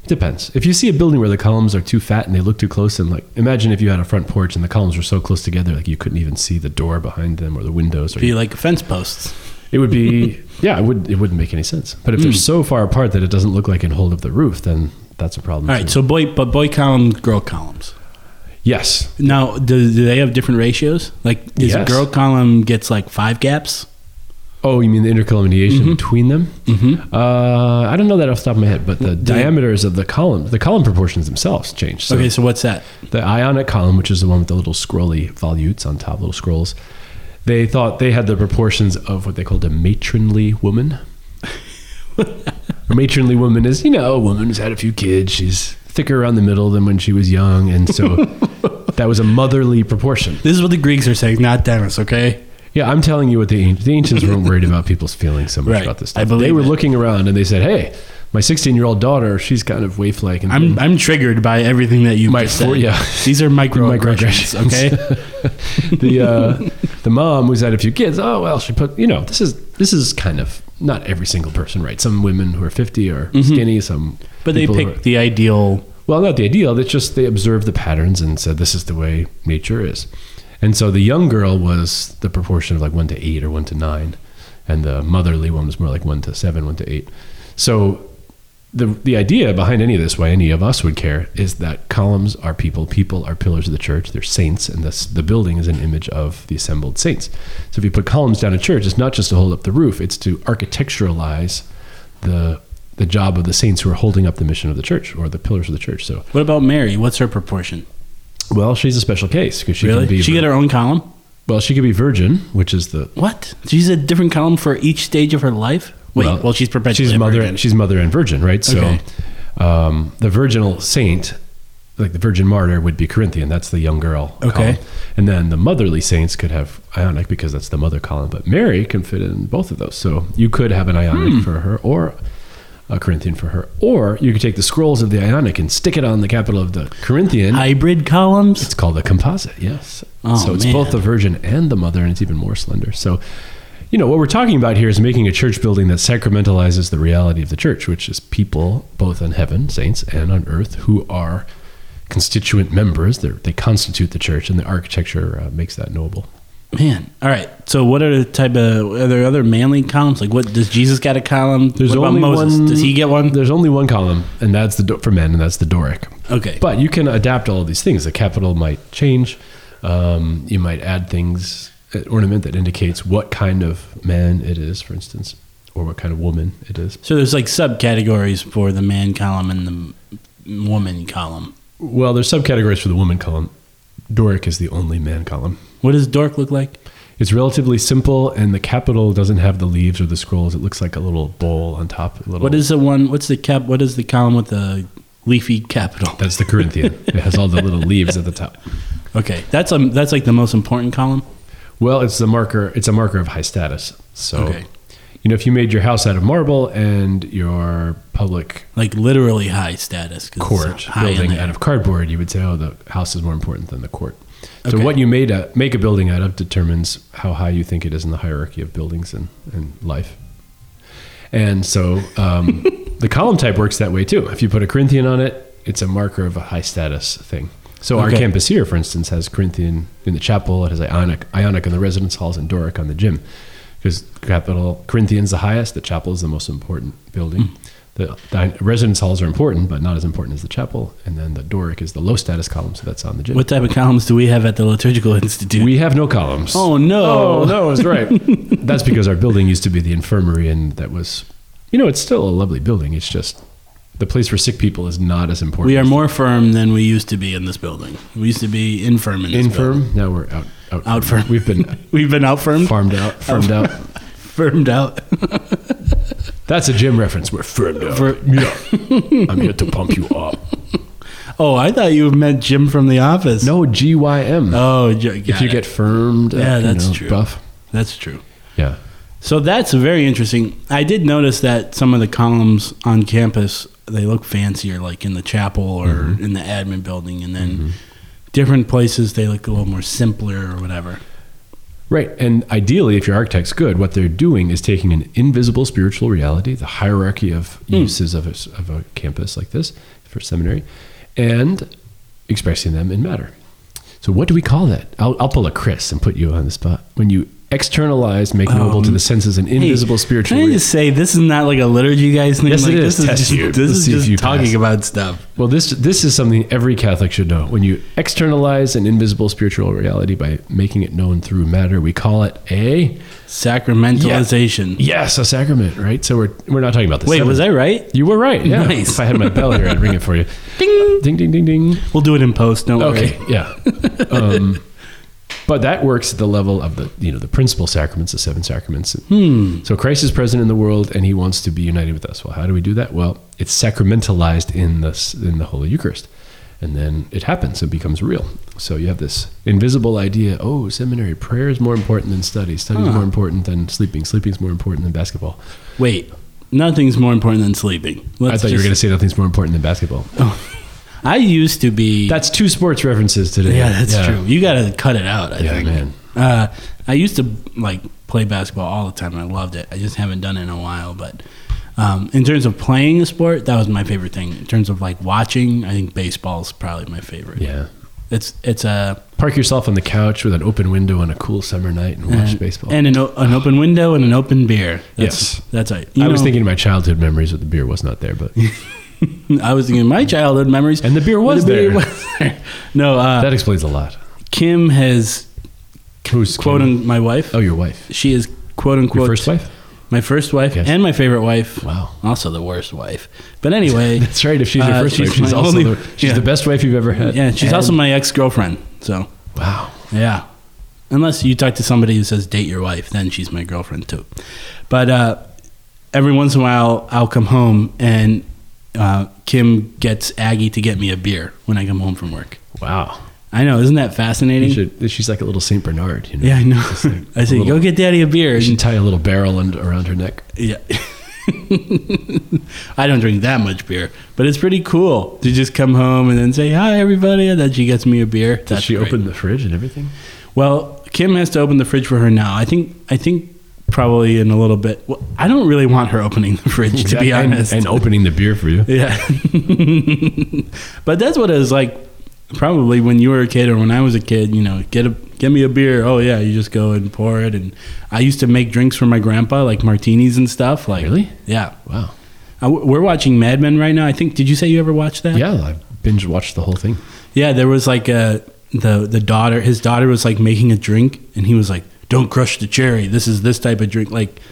Speaker 8: It depends. If you see a building where the columns are too fat and they look too close, and like imagine if you had a front porch and the columns were so close together, like you couldn't even see the door behind them or the windows. Or
Speaker 9: Be like fence posts.
Speaker 8: it would be, yeah, it would it wouldn't make any sense. But if
Speaker 9: Hmm.
Speaker 8: they're so far apart that it doesn't look like it can hold up the roof, then that's a problem.
Speaker 9: All right,
Speaker 8: too.
Speaker 9: so boy, but boy columns, girl columns.
Speaker 8: yes,
Speaker 9: Now, do, do they have different ratios? Like, is a
Speaker 8: Yes.
Speaker 9: girl column gets like five gaps?
Speaker 8: Oh, you mean the intercolumniation between them? Mm-hmm. Uh, I don't know that off the top of my head, but the diameters of the column, the column proportions themselves change. So
Speaker 9: okay, so what's that?
Speaker 8: the ionic column, which is the one with the little scrolly volutes on top, little scrolls, they thought they had the proportions of what they called a matronly woman. a matronly woman is, you know, a woman who's had a few kids. She's thicker around the middle than when she was young, and so that was a motherly proportion.
Speaker 9: This is what the Greeks are saying, not Dennis. Okay,
Speaker 8: Yeah, I'm telling you what the ancients, the ancients weren't worried about people's feelings so much
Speaker 9: Right.
Speaker 8: about this
Speaker 9: I
Speaker 8: stuff.
Speaker 9: believe
Speaker 8: they were
Speaker 9: it.
Speaker 8: looking around and they said, "Hey, my 16 year old daughter, she's kind of waif like." And
Speaker 9: I'm I'm triggered by everything that you
Speaker 8: Mm-hmm. My
Speaker 9: just
Speaker 8: four-
Speaker 9: said.
Speaker 8: yeah.
Speaker 9: These are microaggressions.
Speaker 8: Microaggressions.
Speaker 9: okay,
Speaker 8: the uh, the mom who's had a few kids. Oh well, she put you know this is this is kind of not every single person, right? Some women who are 50 are skinny. Some
Speaker 9: Mm-hmm. but they
Speaker 8: people who
Speaker 9: pick
Speaker 8: are-
Speaker 9: the ideal.
Speaker 8: well, not the ideal. It's just they observed the patterns and said this is the way nature is. And so the young girl was the proportion of like one to eight or one to nine, and the motherly one was more like one to seven, one to eight. So the the idea behind any of this, why any of us would care, is that columns are people, people are pillars of the church, they're saints, and this the building is an image of the assembled saints. So if you put columns down a church, it's not just to hold up the roof, it's to architecturalize the the job of the saints who are holding up the mission of the church or the pillars of the church. So
Speaker 9: What about Mary? What's her proportion?
Speaker 8: well, she's a special case because she
Speaker 9: really?
Speaker 8: can be
Speaker 9: she got her own column.
Speaker 8: well, she could be virgin, which is the
Speaker 9: What? She's a different column for each stage of her life. Wait, well, she's perpetually
Speaker 8: She's
Speaker 9: a
Speaker 8: mother.
Speaker 9: virgin.
Speaker 8: She's mother and virgin, right? So,
Speaker 9: Okay.
Speaker 8: um, the virginal saint, like the virgin martyr, would be Corinthian. That's the young girl.
Speaker 9: Okay.
Speaker 8: column. And then the motherly saints could have ionic because that's the mother column. But Mary can fit in both of those. So you could have an
Speaker 9: Hmm.
Speaker 8: ionic for her or. A Corinthian for her, or you could take the scrolls of the Ionic and stick it on the capital of the Corinthian.
Speaker 9: hybrid columns.
Speaker 8: It's called a composite, yes.
Speaker 9: Oh,
Speaker 8: so it's
Speaker 9: man.
Speaker 8: both the virgin and the mother, and it's even more slender. So, you know, what we're talking about here is making a church building that sacramentalizes the reality of the church, which is people, both in heaven, saints, and on earth, who are constituent members. They're, they constitute the church, and the architecture uh, makes that noble.
Speaker 9: Man, all right. So, what are the type of are there other manly columns? Like, what does Jesus got a column? what about Moses? Does he get one?
Speaker 8: There's only one column, and that's the Do- for men, and that's the Doric.
Speaker 9: Okay,
Speaker 8: But you can adapt all of these things. The capital might change. Um, you might add things, an ornament that indicates what kind of man it is, for instance, or what kind of woman it is.
Speaker 9: so there's like subcategories for the man column and the woman column.
Speaker 8: Well, there's subcategories for the woman column. Doric is the only man column.
Speaker 9: What does dork look like?
Speaker 8: It's relatively simple, and the capital doesn't have the leaves or the scrolls. It looks like a little bowl on top. A little,
Speaker 9: What is the one? What's the cap? What is the column with the leafy capital?
Speaker 8: That's the Corinthian. it has all the little leaves at the top.
Speaker 9: Okay, that's um, that's like the most important column.
Speaker 8: Well, it's the marker. It's a marker of high status. So,
Speaker 9: Okay.
Speaker 8: you know, if you made your house out of marble and your public
Speaker 9: Like literally high status. 'cause it's
Speaker 8: court
Speaker 9: high in
Speaker 8: building
Speaker 9: there.
Speaker 8: out of cardboard, you would say, "Oh, the house is more important than the court." So,
Speaker 9: Okay.
Speaker 8: what you made a, make a building out of determines how high you think it is in the hierarchy of buildings and, and life. And so, um, the column type works that way too. If you put a Corinthian on it, it's a marker of a high status thing. So, our
Speaker 9: Okay.
Speaker 8: campus here, for instance, has Corinthian in the chapel. It has Ionic, Ionic in the residence halls, and Doric on the gym, because capital Corinthian's the highest. The chapel is the most important building.
Speaker 9: Hmm.
Speaker 8: The, the residence halls are important, but not as important as the chapel. And then the Doric is the low status column, so that's on the gym.
Speaker 9: What type of columns do we have at the liturgical institute?
Speaker 8: We have no columns.
Speaker 9: Oh, no.
Speaker 8: Oh no, that's right. that's because our building used to be the infirmary, and that was, you know, it's still a lovely building. It's just the place for sick people is not as important.
Speaker 9: We are more firm than we used to be in this building. We used to be infirm in this building.
Speaker 8: infirm. Now we're out. Out.
Speaker 9: Out firm.
Speaker 8: We've been
Speaker 9: We've been out firmed.
Speaker 8: farmed out. Firmed out.
Speaker 9: firmed out.
Speaker 8: That's a gym reference. We're firmed out. yeah. I'm here to pump you up.
Speaker 9: Oh, I thought you meant Jim from the office.
Speaker 8: No G Y M.
Speaker 9: Oh, j- got
Speaker 8: Uh, If you
Speaker 9: it.
Speaker 8: get firmed,
Speaker 9: Yeah,
Speaker 8: up, you
Speaker 9: that's
Speaker 8: know,
Speaker 9: true.
Speaker 8: Buff.
Speaker 9: that's true.
Speaker 8: Yeah.
Speaker 9: So that's very interesting. I did notice that some of the columns on campus they look fancier, like in the chapel or
Speaker 8: Mm-hmm.
Speaker 9: in the admin building, and then different places they look a little more simpler or whatever.
Speaker 8: Right. And ideally, if your architect's good, what they're doing is taking an invisible spiritual reality, the hierarchy of
Speaker 9: Hmm.
Speaker 8: uses of a, s- of a campus like this for seminary, and expressing them in matter. So, what do we call that? I'll, I'll pull a Chris and put you on the spot. When you externalize,
Speaker 9: Um,
Speaker 8: make noble to the senses an invisible spiritual
Speaker 9: Can I
Speaker 8: reality.
Speaker 9: just say this is not like a liturgy guys thing?
Speaker 8: Yes,
Speaker 9: like,
Speaker 8: it is.
Speaker 9: This is
Speaker 8: Test
Speaker 9: just,
Speaker 8: you.
Speaker 9: This
Speaker 8: Let's
Speaker 9: is
Speaker 8: see if
Speaker 9: just
Speaker 8: you
Speaker 9: talking
Speaker 8: pass.
Speaker 9: about stuff.
Speaker 8: Well, this this is something every Catholic should know. When you externalize an invisible spiritual reality by making it known through matter, we call it a
Speaker 9: Sacramentalization.
Speaker 8: yes, a sacrament, right? So we're we're not talking about this.
Speaker 9: Wait, was I right?
Speaker 8: You were right. Yeah.
Speaker 9: Nice.
Speaker 8: If I had my bell here, I'd ring it for you.
Speaker 9: Ding.
Speaker 8: Ding ding ding ding.
Speaker 9: We'll do it in post. Don't
Speaker 8: Okay.
Speaker 9: worry.
Speaker 8: Yeah. Um, but that works at the level of the you know the principal sacraments, the seven sacraments.
Speaker 9: Hmm.
Speaker 8: So Christ is present in the world, and He wants to be united with us. Well, how do we do that? Well, it's sacramentalized in the s- in the Holy Eucharist, and then it happens. It becomes real. So you have this invisible idea. Oh, seminary prayer is more important than study. Study is more important than sleeping. Sleeping is more important than basketball.
Speaker 9: Wait. Nothing's more important than sleeping.
Speaker 8: I thought you were going to say nothing's more important than basketball.
Speaker 9: I used to be.
Speaker 8: That's two sports references today.
Speaker 9: yeah, that's true. You got to cut it out. I
Speaker 8: Yeah,
Speaker 9: think.
Speaker 8: man.
Speaker 9: Uh, I used to like play basketball all the time. I loved it. I just haven't done it in a while. But um, in terms of playing a sport, that was my favorite thing. In terms of like watching, I think baseball's probably my favorite.
Speaker 8: Yeah.
Speaker 9: it's it's a
Speaker 8: Park yourself on the couch with an open window on a cool summer night and watch
Speaker 9: and-
Speaker 8: baseball.
Speaker 9: and an, o- an open window and an open beer. That's,
Speaker 8: Yes.
Speaker 9: that's right.
Speaker 8: I
Speaker 9: You
Speaker 8: was
Speaker 9: know,
Speaker 8: thinking of my childhood memories, but the beer was not there. But
Speaker 9: I was thinking my childhood memories,
Speaker 8: And the beer
Speaker 9: but
Speaker 8: was
Speaker 9: the beer
Speaker 8: there.
Speaker 9: was there. no, uh,
Speaker 8: that explains a lot.
Speaker 9: Kim has
Speaker 8: Who's
Speaker 9: quoting my wife.
Speaker 8: Oh, your wife,
Speaker 9: She is quote
Speaker 8: your
Speaker 9: unquote
Speaker 8: first wife.
Speaker 9: My first wife
Speaker 8: Yes.
Speaker 9: and my favorite wife.
Speaker 8: Wow.
Speaker 9: Also the worst wife. But anyway.
Speaker 8: That's right. If she's your
Speaker 9: uh,
Speaker 8: first wife, she's
Speaker 9: my
Speaker 8: also
Speaker 9: only-
Speaker 8: the, she's
Speaker 9: yeah.
Speaker 8: the best wife you've ever had.
Speaker 9: Yeah, she's
Speaker 8: And-
Speaker 9: also my ex girlfriend. So
Speaker 8: wow.
Speaker 9: yeah. Unless you talk to somebody who says date your wife, then she's my girlfriend too. But uh, every once in a while, I'll come home and uh, Kim gets Aggie to get me a beer when I come home from work.
Speaker 8: Wow.
Speaker 9: I know, isn't that fascinating?
Speaker 8: You should- she's like a little Saint Bernard. You know?
Speaker 9: yeah, I know.
Speaker 8: Just like
Speaker 9: I
Speaker 8: a
Speaker 9: say,
Speaker 8: little-
Speaker 9: go get daddy a beer.
Speaker 8: You
Speaker 9: And
Speaker 8: should tie a little barrel und- around her neck.
Speaker 9: Yeah. I don't drink that much beer, but it's pretty cool to just come home and then say hi everybody, and then she gets me a beer.
Speaker 8: Does she
Speaker 9: great.
Speaker 8: open the fridge and everything?
Speaker 9: Well, Kim has to open the fridge for her now. I think. I think probably in a little bit. Well, I don't really want her opening the fridge to be
Speaker 8: And-
Speaker 9: honest.
Speaker 8: and opening the beer for you.
Speaker 9: yeah. but that's what it was like. Probably when you were a kid or when I was a kid, you know, get a get me a beer. Oh yeah, you just go and pour it. And I used to make drinks for my grandpa, like martinis and stuff. Like
Speaker 8: Really?
Speaker 9: yeah.
Speaker 8: Wow.
Speaker 9: Uh, w- we're watching Mad Men right now. I think. Did you say you ever watched that?
Speaker 8: Yeah, I binge watched the whole thing.
Speaker 9: Yeah. There was like a the the daughter. His daughter was like making a drink, and he was like, "Don't crush the cherry. This is this type of drink." Like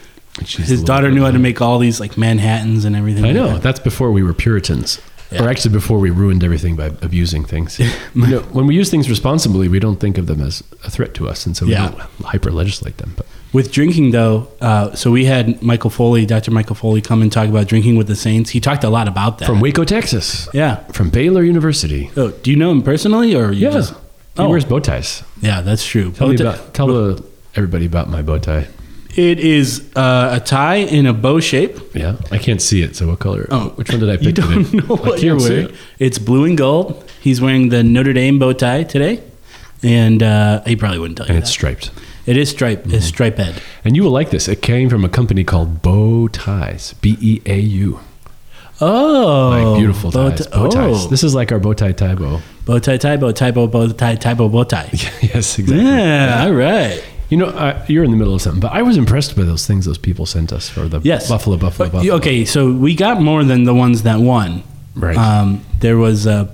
Speaker 8: She's a
Speaker 9: his
Speaker 8: little
Speaker 9: daughter
Speaker 8: bit
Speaker 9: knew how to
Speaker 8: of-
Speaker 9: make all these like Manhattan's and everything.
Speaker 8: I
Speaker 9: like
Speaker 8: know.
Speaker 9: that.
Speaker 8: That's before we were Puritans.
Speaker 9: Yeah.
Speaker 8: Or actually, before we ruined everything by abusing things. You know, when we use things responsibly, we don't think of them as a threat to us, and so we
Speaker 9: Yeah.
Speaker 8: don't hyper legislate them. But
Speaker 9: With drinking, though, uh, so we had Michael Foley, Dr. Michael Foley, come and talk about drinking with the Saints. He talked a lot about that.
Speaker 8: from Waco, Texas,
Speaker 9: yeah.
Speaker 8: from Baylor University.
Speaker 9: Oh, do you know him personally, or you
Speaker 8: Yeah,
Speaker 9: just-
Speaker 8: he
Speaker 9: Oh.
Speaker 8: wears bow ties.
Speaker 9: yeah, that's true.
Speaker 8: Tell
Speaker 9: Bow
Speaker 8: me
Speaker 9: ti-
Speaker 8: about tell the, everybody about my bow tie.
Speaker 9: It is uh, a tie in a bow shape.
Speaker 8: Yeah, I can't see it. So what color?
Speaker 9: Oh.
Speaker 8: which one did I pick?
Speaker 9: You don't
Speaker 8: today?
Speaker 9: know
Speaker 8: I
Speaker 9: what
Speaker 8: can't
Speaker 9: you're
Speaker 8: see
Speaker 9: wearing.
Speaker 8: it.
Speaker 9: It's blue and gold. He's wearing the Notre Dame bow tie today, and uh, he probably wouldn't tell you
Speaker 8: And
Speaker 9: that.
Speaker 8: it's Mm-hmm. striped.
Speaker 9: it is striped. It's striped.
Speaker 8: And you will like this. It came from a company called Bow Ties. B E A U.
Speaker 9: Oh,
Speaker 8: Like beautiful
Speaker 9: bow
Speaker 8: ties.
Speaker 9: ti-
Speaker 8: bow ties.
Speaker 9: oh.
Speaker 8: This is like our bow tie tie bow.
Speaker 9: bow tie, tie bow, tie bow, bow tie, tie bow, bow tie.
Speaker 8: yes, exactly.
Speaker 9: Yeah, all right.
Speaker 8: You know, I, you're in the middle of something, but I was impressed by those things those people sent us for the
Speaker 9: Yes.
Speaker 8: buffalo, buffalo,
Speaker 9: But you-
Speaker 8: buffalo.
Speaker 9: Okay, so we got more than the ones that won.
Speaker 8: Right.
Speaker 9: Um, there was a,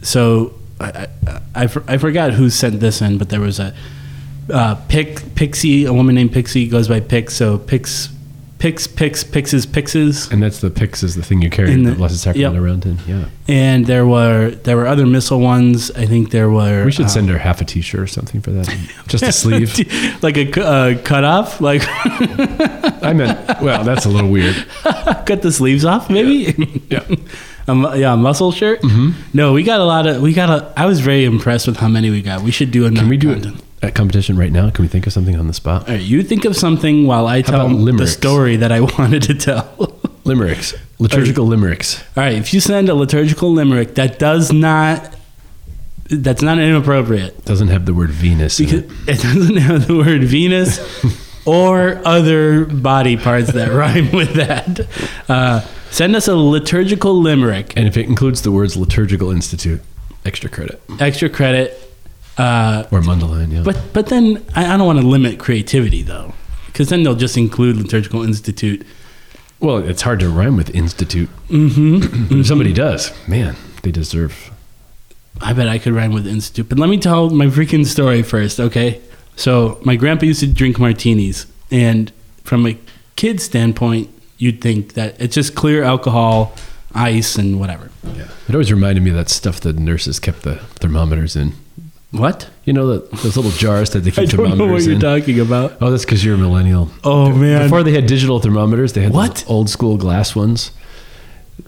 Speaker 9: so I, I, I, for- I forgot who sent this in, but there was a uh, Pic, Pixie, a woman named Pixie goes by Pix, so Pix, Pix, Pix, Pixes, Pixes.
Speaker 8: And that's the pix is the thing you carry
Speaker 9: In
Speaker 8: the,
Speaker 9: the-
Speaker 8: Blessed Sacrament
Speaker 9: yep.
Speaker 8: around in. Yeah.
Speaker 9: And there were there were other missile ones. I think there were.
Speaker 8: We should
Speaker 9: uh,
Speaker 8: send her half a t shirt or something for that. Just a sleeve.
Speaker 9: like a cu- uh, cut off, like
Speaker 8: I meant, well, that's a little weird.
Speaker 9: cut the sleeves off, maybe.
Speaker 8: Yeah. Mm-hmm.
Speaker 9: A mu- yeah, a muscle shirt. No, we got a lot of. We got a. I was very impressed with how many we got. We should do another.
Speaker 8: Can we do it
Speaker 9: content.
Speaker 8: a competition right now? Can we think of something on the spot?
Speaker 9: All right, you think of something while I tell
Speaker 8: about
Speaker 9: the
Speaker 8: limericks?
Speaker 9: story that I wanted to tell. All
Speaker 8: Limericks, liturgical limericks.
Speaker 9: right, if you send a liturgical limerick that does not, that's not inappropriate
Speaker 8: Doesn't have the word Venus. In
Speaker 9: because
Speaker 8: it.
Speaker 9: it doesn't have the word Venus or other body parts that rhyme with that. Uh, send us a liturgical limerick
Speaker 8: And if it includes the words liturgical institute, extra credit
Speaker 9: extra credit. Uh,
Speaker 8: or Mundelein. Yeah.
Speaker 9: but but then I, I don't want to limit creativity though, because then they'll just include liturgical institute.
Speaker 8: well, it's hard to rhyme with institute. Mm-hmm. if somebody does, man, they deserve.
Speaker 9: I bet I could rhyme with institute. But let me tell my freaking story first, okay? So my grandpa used to drink martinis, and from a kid's standpoint, you'd think that it's just clear alcohol, ice, and whatever.
Speaker 8: Yeah. It always reminded me of that stuff that nurses kept the thermometers in.
Speaker 9: What?
Speaker 8: You know the, those little jars that they keep
Speaker 9: I don't
Speaker 8: thermometers
Speaker 9: know what you're
Speaker 8: in.
Speaker 9: talking about.
Speaker 8: Oh, that's because you're a millennial.
Speaker 9: Oh man!
Speaker 8: Before they had digital thermometers, they had those
Speaker 9: What?
Speaker 8: old school glass ones.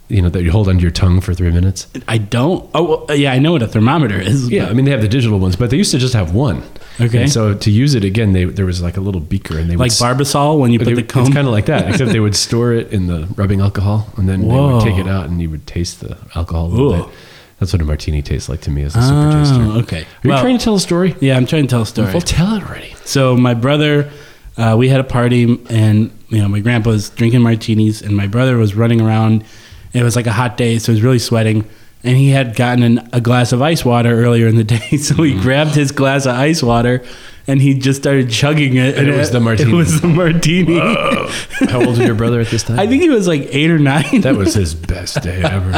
Speaker 8: You know that you hold under your tongue for three minutes.
Speaker 9: I don't. Oh well, yeah, I know what a thermometer is.
Speaker 8: Yeah, I mean they have the digital ones, but they used to just have one.
Speaker 9: Okay.
Speaker 8: And so to use it again, they there was like a little beaker, and they
Speaker 9: like
Speaker 8: would,
Speaker 9: Barbasol when you
Speaker 8: They,
Speaker 9: put the comb.
Speaker 8: It's kind of like that, except they would store it in the rubbing alcohol, and then
Speaker 9: Whoa.
Speaker 8: they would take it out, and you would taste the alcohol a little
Speaker 9: Ooh.
Speaker 8: bit. That's what a martini tastes like to me as a super taster.
Speaker 9: Oh,
Speaker 8: Are
Speaker 9: okay.
Speaker 8: you
Speaker 9: Well,
Speaker 8: trying to tell a story?
Speaker 9: Yeah, I'm trying to tell a story.
Speaker 8: Well, tell it already.
Speaker 9: So my brother, uh, we had a party, and you know my grandpa was drinking martinis, and my brother was running around. It was like a hot day, so he was really sweating, and he had gotten an, a glass of ice water earlier in the day. So
Speaker 8: Mm.
Speaker 9: he grabbed his glass of ice water, and he just started chugging it.
Speaker 8: And it was the martini.
Speaker 9: It was the martini.
Speaker 8: How old was your brother at this time?
Speaker 9: I think he was like eight or nine.
Speaker 8: That was his best day ever.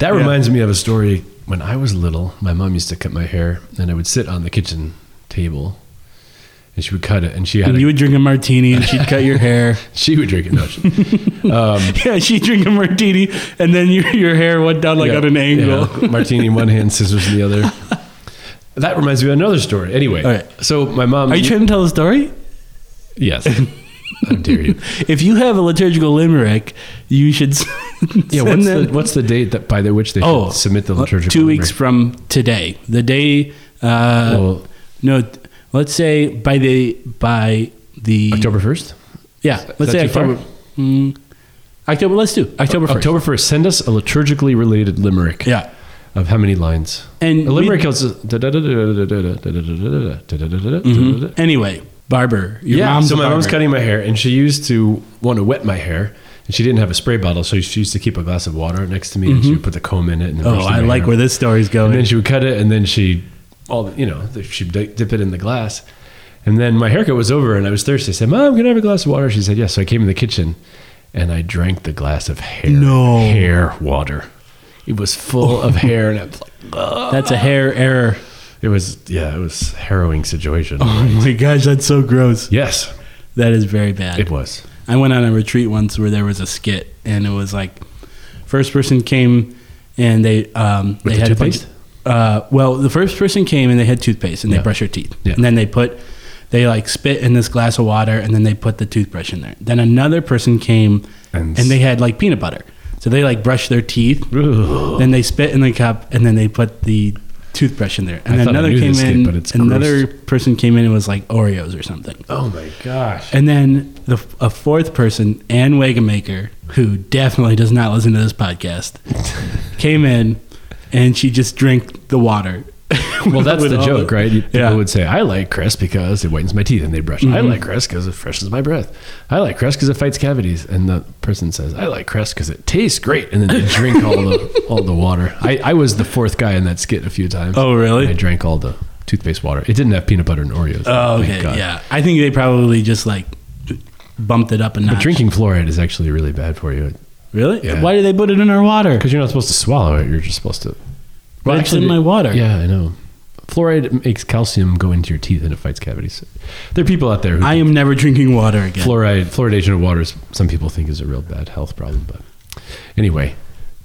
Speaker 8: That reminds me of a story. When I was little, my mom used to cut my hair, and I would sit on the kitchen table, and she would cut it. And she had
Speaker 9: and
Speaker 8: a,
Speaker 9: you would drink a martini, and she'd cut your hair.
Speaker 8: she would drink it. No, she,
Speaker 9: yeah, she'd drink a martini, and then your your hair went down like
Speaker 8: yeah,
Speaker 9: at an angle.
Speaker 8: yeah. martini in one hand, scissors in the other. That reminds me of another story. Anyway,
Speaker 9: All right.
Speaker 8: so my mom.
Speaker 9: Are you trying to tell a story?
Speaker 8: Yes. How dare you?
Speaker 9: If you have a liturgical limerick, you should s-
Speaker 8: Yeah. What's
Speaker 9: send
Speaker 8: the,
Speaker 9: them-
Speaker 8: what's the date that by the which they
Speaker 9: oh,
Speaker 8: should submit the liturgical?
Speaker 9: Two weeks
Speaker 8: limerick? Oh.
Speaker 9: from today, the day. Uh,
Speaker 8: Well-
Speaker 9: no, t- let's say by the by the
Speaker 8: October first.
Speaker 9: Yeah, let's
Speaker 8: that
Speaker 9: say
Speaker 8: too far?
Speaker 9: October. Mm, October. Let's do October first.
Speaker 8: October first. Send us a liturgically related limerick.
Speaker 9: Yeah,
Speaker 8: Of how many lines?
Speaker 9: and
Speaker 8: A limerick
Speaker 9: we-
Speaker 8: goes. Mhm.
Speaker 9: Anyway, barber. Your
Speaker 8: Yeah.
Speaker 9: mom's
Speaker 8: So
Speaker 9: a
Speaker 8: my mom's
Speaker 9: barber.
Speaker 8: cutting my hair, and she used to want to wet my hair, and she didn't have a spray bottle, so she used to keep a glass of water next to me, and she would put the comb in it. And
Speaker 9: Oh, I like where
Speaker 8: this.
Speaker 9: this story's going.
Speaker 8: And then she would cut it, and then she, all you know, she would dip it in the glass. And then my haircut was over, and I was thirsty. I said, "Mom, can I have a glass of water?" She said, "Yes." So I came in the kitchen, and I drank the glass of hair,
Speaker 9: No.
Speaker 8: hair water. It was full of hair, and I was like, "Ugh."
Speaker 9: That's a hair error.
Speaker 8: it was yeah, it was harrowing situation.
Speaker 9: Oh my gosh, that's so gross.
Speaker 8: Yes,
Speaker 9: That is very bad.
Speaker 8: it was.
Speaker 9: I went on a retreat once where there was a skit, and it was like, first person came and they um,
Speaker 8: With
Speaker 9: they
Speaker 8: the
Speaker 9: had a bunch-
Speaker 8: toothpaste?
Speaker 9: uh, well, the first person came and they had toothpaste and they
Speaker 8: Yeah.
Speaker 9: brush your teeth,
Speaker 8: Yeah.
Speaker 9: and then they put they like spit in this glass of water and then they put the toothbrush in there. Then another person came
Speaker 8: And
Speaker 9: and,
Speaker 8: s-
Speaker 9: they had like peanut butter, so they like brushed their teeth,
Speaker 8: Ugh.
Speaker 9: then they spit in the cup and then they put the toothbrush in there.
Speaker 8: I
Speaker 9: And
Speaker 8: thought I
Speaker 9: another
Speaker 8: knew
Speaker 9: came
Speaker 8: this
Speaker 9: in,
Speaker 8: kid, but it's
Speaker 9: another person came in and was like Oreos or something.
Speaker 8: Oh my gosh.
Speaker 9: And then the a fourth person, Ann Wegemaker, who definitely does not listen to this podcast, came in and she just drank the water.
Speaker 8: Well, that's
Speaker 9: With
Speaker 8: the
Speaker 9: all
Speaker 8: joke, right? You- People
Speaker 9: Yeah. Mm-hmm.
Speaker 8: would say, I like Crest because it whitens my teeth and they brush. I like Crest because it freshens my breath. I like Crest because it fights cavities. And the person says, I like Crest because it tastes great. And then they drink all the all the water. I, I was the fourth guy in that skit a few times.
Speaker 9: Oh, really?
Speaker 8: I drank all the toothpaste water. It didn't have peanut butter and Oreos.
Speaker 9: Oh,
Speaker 8: thank
Speaker 9: okay,
Speaker 8: God.
Speaker 9: yeah. I think they probably just like bumped it up a notch.
Speaker 8: But drinking fluoride is actually really bad for you
Speaker 9: really?
Speaker 8: Yeah.
Speaker 9: Why did they put it in our water?
Speaker 8: because you're not supposed to swallow it. You're just supposed to.
Speaker 9: Well, it's in my water.
Speaker 8: Yeah, I know. Fluoride makes calcium go into your teeth and it fights cavities. There are people out there who
Speaker 9: I am never drinking water again.
Speaker 8: fluoride fluoridation of water is some people think is a real bad health problem but anyway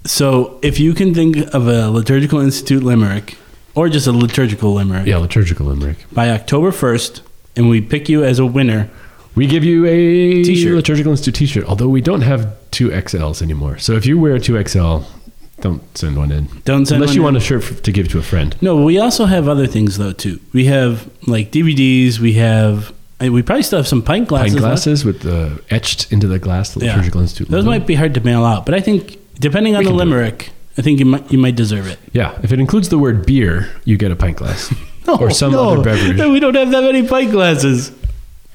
Speaker 9: So, if you can think of a liturgical institute limerick, or just a liturgical limerick,
Speaker 8: yeah liturgical limerick
Speaker 9: by October first, and we pick you as a winner,
Speaker 8: we give you a
Speaker 9: T-shirt.
Speaker 8: liturgical institute t-shirt although we don't have 2xls anymore so if you wear a 2xl don't send one in
Speaker 9: Don't send
Speaker 8: unless
Speaker 9: one
Speaker 8: you
Speaker 9: in.
Speaker 8: want a shirt f- to give to a friend
Speaker 9: No, we also have other things though too. We have like DVDs. We have and we probably still have some pint glasses.
Speaker 8: pint
Speaker 9: left.
Speaker 8: glasses with the etched into the glass the
Speaker 9: Yeah.
Speaker 8: liturgical institute
Speaker 9: Those
Speaker 8: logo.
Speaker 9: might be hard to mail out, but I think depending on
Speaker 8: We
Speaker 9: the
Speaker 8: can do it.
Speaker 9: limerick, I think you might you might deserve it.
Speaker 8: yeah if it includes the word beer you get a pint glass or some
Speaker 9: No,
Speaker 8: other beverage
Speaker 9: We don't have that many pint glasses.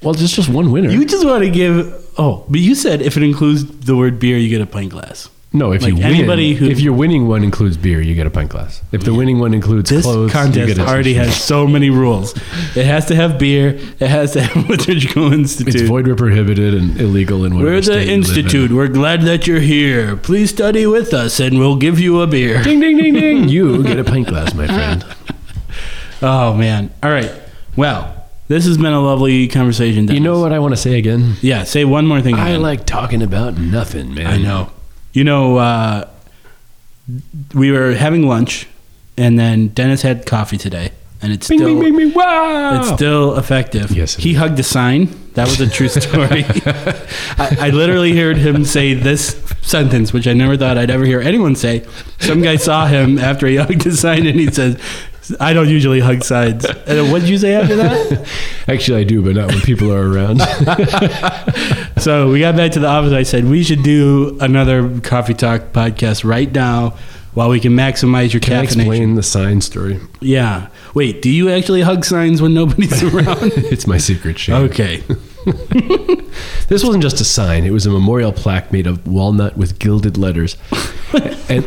Speaker 8: well just just one winner
Speaker 9: You just want to give. Oh, but you said if it includes the word beer, you get a pint glass.
Speaker 8: No, if
Speaker 9: Like
Speaker 8: you
Speaker 9: anybody
Speaker 8: win,
Speaker 9: who-
Speaker 8: if your winning one includes beer, you get a pint glass. If the winning one includes
Speaker 9: This
Speaker 8: clothes, you
Speaker 9: contest
Speaker 8: get a
Speaker 9: already
Speaker 8: t-shirt.
Speaker 9: has so many rules. It has to have beer. It has to have liturgical institute.
Speaker 8: It's void where prohibited and illegal in whatever
Speaker 9: We're the
Speaker 8: state you live in.
Speaker 9: Institute. We're glad that you're here. Please study with us and we'll give you a beer.
Speaker 8: Ding ding ding ding! You get a pint glass, my friend.
Speaker 9: Oh, man. All right. Well, this has been a lovely conversation.
Speaker 8: You
Speaker 9: Dennis.
Speaker 8: know what I want to say again?
Speaker 9: Yeah, say one more thing.
Speaker 8: I
Speaker 9: again.
Speaker 8: like talking about nothing, man.
Speaker 9: I know. You know, uh, we were having lunch and then Dennis had coffee today and it's
Speaker 8: Bing
Speaker 9: still.
Speaker 8: bing bing bing! Wow!
Speaker 9: It's still effective.
Speaker 8: Yes, it
Speaker 9: he
Speaker 8: is.
Speaker 9: hugged a sign. That was a true story. I, I literally heard him say this sentence, which I never thought I'd ever hear anyone say. Some guy saw him after he hugged a sign, and he says, "I don't usually hug signs." And what did you say after that?
Speaker 8: Actually, I do, but not when people are around.
Speaker 9: So we got back to the office. I said we should do another coffee talk podcast right now. While we can maximize your
Speaker 8: Can I
Speaker 9: caffeination.
Speaker 8: explain the sign story?
Speaker 9: Yeah. Wait, do you actually hug signs when nobody's around?
Speaker 8: It's my secret shame.
Speaker 9: okay.
Speaker 8: This wasn't just a sign; it was a memorial plaque made of walnut with gilded letters. And-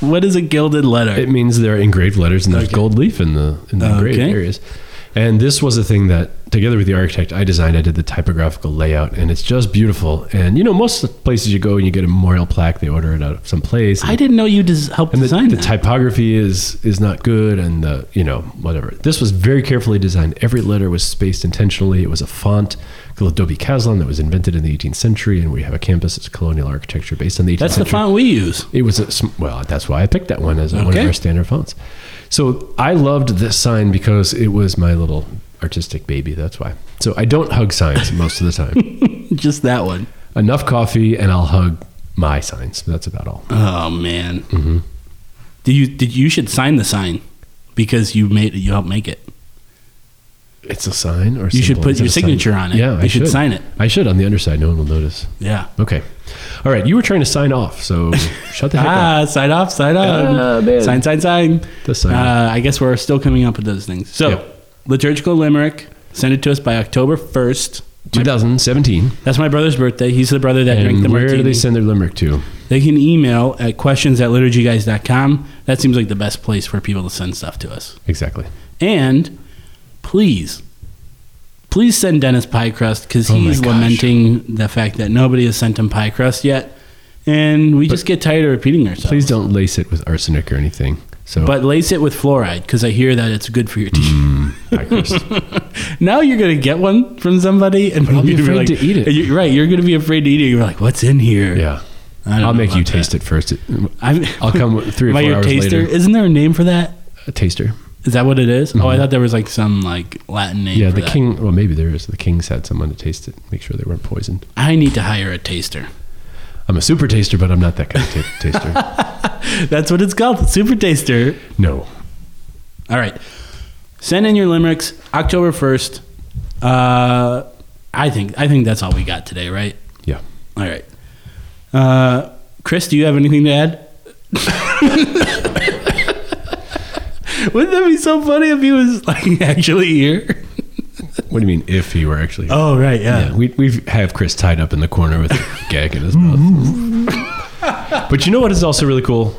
Speaker 9: What is a gilded letter?
Speaker 8: It means there are engraved letters and there's
Speaker 9: Okay.
Speaker 8: gold leaf in the in the engraved
Speaker 9: Okay.
Speaker 8: areas. And this was a thing that, together with the architect, I designed. I did the typographical layout, and it's just beautiful. And you know, most of the places you go and you get a memorial plaque, they order it out of some place.
Speaker 9: I didn't know you des- helped
Speaker 8: and the,
Speaker 9: design
Speaker 8: the
Speaker 9: that.
Speaker 8: typography is is not good, and the you know whatever. This was very carefully designed. Every letter was spaced intentionally. It was a font called Adobe Caslon that was invented in the 18th century, and we have a campus that's colonial architecture based on the 18th
Speaker 9: That's the
Speaker 8: century.
Speaker 9: font we use.
Speaker 8: It was a, sm- well. That's why I picked that one as one
Speaker 9: Okay.
Speaker 8: of our standard fonts. So I loved this sign because it was my little artistic baby. That's why. So I don't hug signs most of the time.
Speaker 9: Just that one.
Speaker 8: Enough coffee, and I'll hug my signs. That's about all.
Speaker 9: Oh man.
Speaker 8: Mm-hmm.
Speaker 9: Do you did you should sign the sign because you made you helped make it.
Speaker 8: It's a sign, or
Speaker 9: You should
Speaker 8: symbol.
Speaker 9: put
Speaker 8: Is it
Speaker 9: your
Speaker 8: a sign?
Speaker 9: signature on it.
Speaker 8: Yeah,
Speaker 9: You
Speaker 8: I
Speaker 9: should
Speaker 8: should
Speaker 9: sign it.
Speaker 8: I should on the underside. No one will notice.
Speaker 9: Yeah.
Speaker 8: Okay. All right. You were trying to sign off, so shut the heck up.
Speaker 9: Ah, sign off, sign
Speaker 8: Ah,
Speaker 9: off.
Speaker 8: man.
Speaker 9: sign, sign, sign.
Speaker 8: The sign.
Speaker 9: Uh, I guess we're still coming up with those things. So,
Speaker 8: Yep.
Speaker 9: liturgical limerick. Send it to us by October first.
Speaker 8: 2017.
Speaker 9: That's my brother's birthday. He's the brother that drank
Speaker 8: And
Speaker 9: the
Speaker 8: where
Speaker 9: martini.
Speaker 8: do they send their limerick to?
Speaker 9: They can email at questions at liturgyguys.com. That seems like the best place for people to send stuff to us.
Speaker 8: Exactly.
Speaker 9: And please, please send Dennis pie crust because
Speaker 8: Oh my
Speaker 9: he's
Speaker 8: gosh.
Speaker 9: lamenting the fact that nobody has sent him pie crust yet. And we just get tired of repeating ourselves.
Speaker 8: Please don't lace it with arsenic or anything. So,
Speaker 9: But lace it with fluoride because I hear that it's good for your teeth.
Speaker 8: Mm-hmm. Hi, Chris.
Speaker 9: Now you're going to get one from somebody and
Speaker 8: I'll be
Speaker 9: you're gonna
Speaker 8: afraid to eat it.
Speaker 9: You're right. You're going to be afraid to eat it. You're like, what's in here?
Speaker 8: Yeah.
Speaker 9: I don't
Speaker 8: I'll
Speaker 9: know
Speaker 8: make you
Speaker 9: about
Speaker 8: taste
Speaker 9: that.
Speaker 8: it first. It- uh,
Speaker 9: I'm,
Speaker 8: I'll come with three or
Speaker 9: Am I
Speaker 8: four
Speaker 9: your
Speaker 8: hours
Speaker 9: taster?
Speaker 8: later.
Speaker 9: Isn't there a name for that?
Speaker 8: A taster.
Speaker 9: Is that what it is? Oh, I thought there was like some like Latin name.
Speaker 8: Mm-hmm. Yeah,
Speaker 9: for
Speaker 8: the
Speaker 9: that.
Speaker 8: king. Well, maybe there is. The king had someone to taste it, make sure they weren't poisoned.
Speaker 9: I need to hire a taster.
Speaker 8: I'm a super taster, but I'm not that kind of ta- taster.
Speaker 9: That's what it's called, super taster.
Speaker 8: No.
Speaker 9: All right, send in your limericks October first. Uh, I think I think that's all we got today, right?
Speaker 8: Yeah.
Speaker 9: All right, uh, Chris, do you have anything to add? Wouldn't that be so funny if he was like actually here?
Speaker 8: What do you mean if he were actually?
Speaker 9: Oh right, yeah.
Speaker 8: Yeah, we we have Chris tied up in the corner with a gag in his mouth. but you know what is also really cool?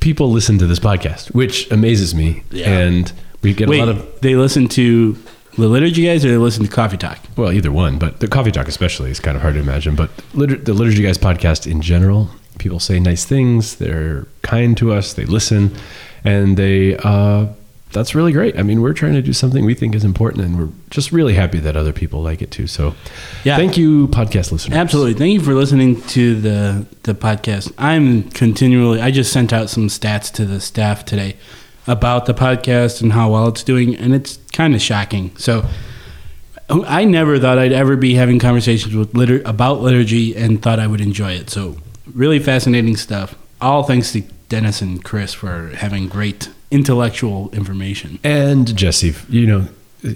Speaker 8: People listen to this podcast, which amazes me,
Speaker 9: Yeah.
Speaker 8: and we get
Speaker 9: Wait,
Speaker 8: a lot of
Speaker 9: they listen to the liturgy guys, or they listen to Coffee Talk?
Speaker 8: well, either one, but the coffee talk especially is kind of hard to imagine. But liter- the liturgy guys podcast in general, people say nice things. They're kind to us. They listen, and they. Uh, that's really great. I mean, we're trying to do something we think is important, and we're just really happy that other people like it too. So,
Speaker 9: Yeah.
Speaker 8: thank you, podcast listeners.
Speaker 9: Absolutely. Thank you for listening to the the podcast. I'm continually. I just sent out some stats to the staff today about the podcast and how well it's doing, and it's kind of shocking. So, I never thought I'd ever be having conversations with litur- about liturgy and thought I would enjoy it. So, really fascinating stuff. All thanks to Dennis and Chris for having great intellectual information.
Speaker 8: And Jesse, you know,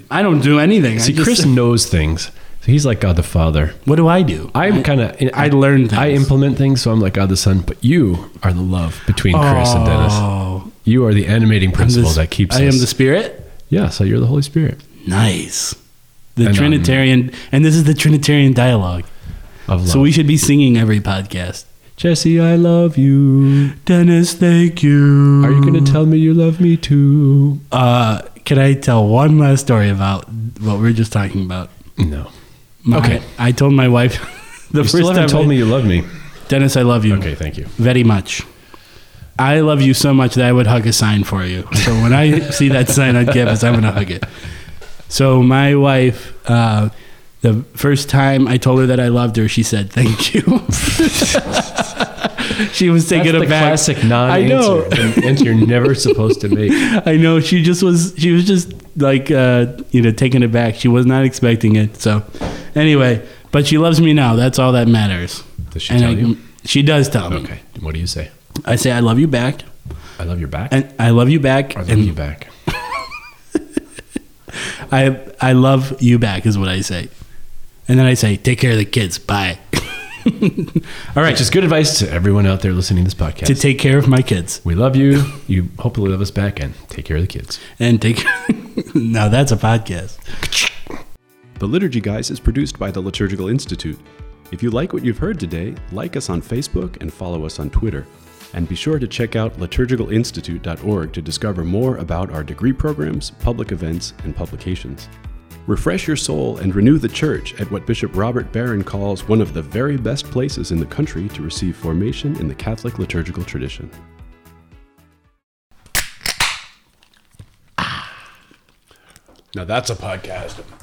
Speaker 9: I don't do anything.
Speaker 8: See,
Speaker 9: I just-
Speaker 8: Chris knows things. So he's like God the Father.
Speaker 9: what do I do?
Speaker 8: I'm kind of.
Speaker 9: I learn
Speaker 8: I
Speaker 9: things.
Speaker 8: implement things, so I'm like God the Son. But you are the love between Chris and Dennis.
Speaker 9: Oh,
Speaker 8: You are the animating
Speaker 9: I'm the
Speaker 8: principle
Speaker 9: s-
Speaker 8: that keeps
Speaker 9: I
Speaker 8: us.
Speaker 9: am the spirit.
Speaker 8: yeah, so you're the Holy Spirit
Speaker 9: Nice. The
Speaker 8: And, um,
Speaker 9: Trinitarian, and this is the Trinitarian dialogue.
Speaker 8: of love.
Speaker 9: So we should be singing every podcast.
Speaker 8: Jesse, I love you.
Speaker 9: Dennis, thank you.
Speaker 8: Are you going to tell me you love me too?
Speaker 9: Uh, can I tell one last story about what we were just talking about?
Speaker 8: No.
Speaker 9: My-
Speaker 8: Okay.
Speaker 9: I told my wife
Speaker 8: You
Speaker 9: the first
Speaker 8: still
Speaker 9: time
Speaker 8: haven't told
Speaker 9: I-
Speaker 8: me you love me.
Speaker 9: Dennis, I love you.
Speaker 8: Okay, thank you.
Speaker 9: Very much. I love you so much that I would hug a sign for you. So when I see that sign on campus, I'm going to hug it. So my wife, uh, the first time I told her that I loved her, she said, thank you. she was taken
Speaker 8: That's the
Speaker 9: aback.
Speaker 8: classic non-answer.
Speaker 9: I know.
Speaker 8: an answer you're never supposed to make.
Speaker 9: I know. She just was, she was just like, uh, you know, taken aback. She was not expecting it. So anyway, but she loves me now. That's all that matters.
Speaker 8: Does she tell
Speaker 9: I,
Speaker 8: you?
Speaker 9: She does tell me.
Speaker 8: Okay. What do you say?
Speaker 9: I say, I love you back.
Speaker 8: I love your back.
Speaker 9: and I love you back.
Speaker 8: I love
Speaker 9: and
Speaker 8: you back.
Speaker 9: I I love you back is what I say, and then I say, take care of the kids. Bye. All right,
Speaker 8: Which is good advice to everyone out there listening to this podcast.
Speaker 9: to take care of my kids
Speaker 8: We love you. You hopefully love us back and take care of the kids.
Speaker 9: and take. no, that's a podcast.
Speaker 4: The Liturgy Guys is produced by the Liturgical Institute. If you like what you've heard today, like us on Facebook and follow us on Twitter. And be sure to check out liturgicalinstitute.org to discover more about our degree programs, public events, and publications. Refresh your soul and renew the church at what Bishop Robert Barron calls one of the very best places in the country to receive formation in the Catholic liturgical tradition.
Speaker 8: Now that's a podcast.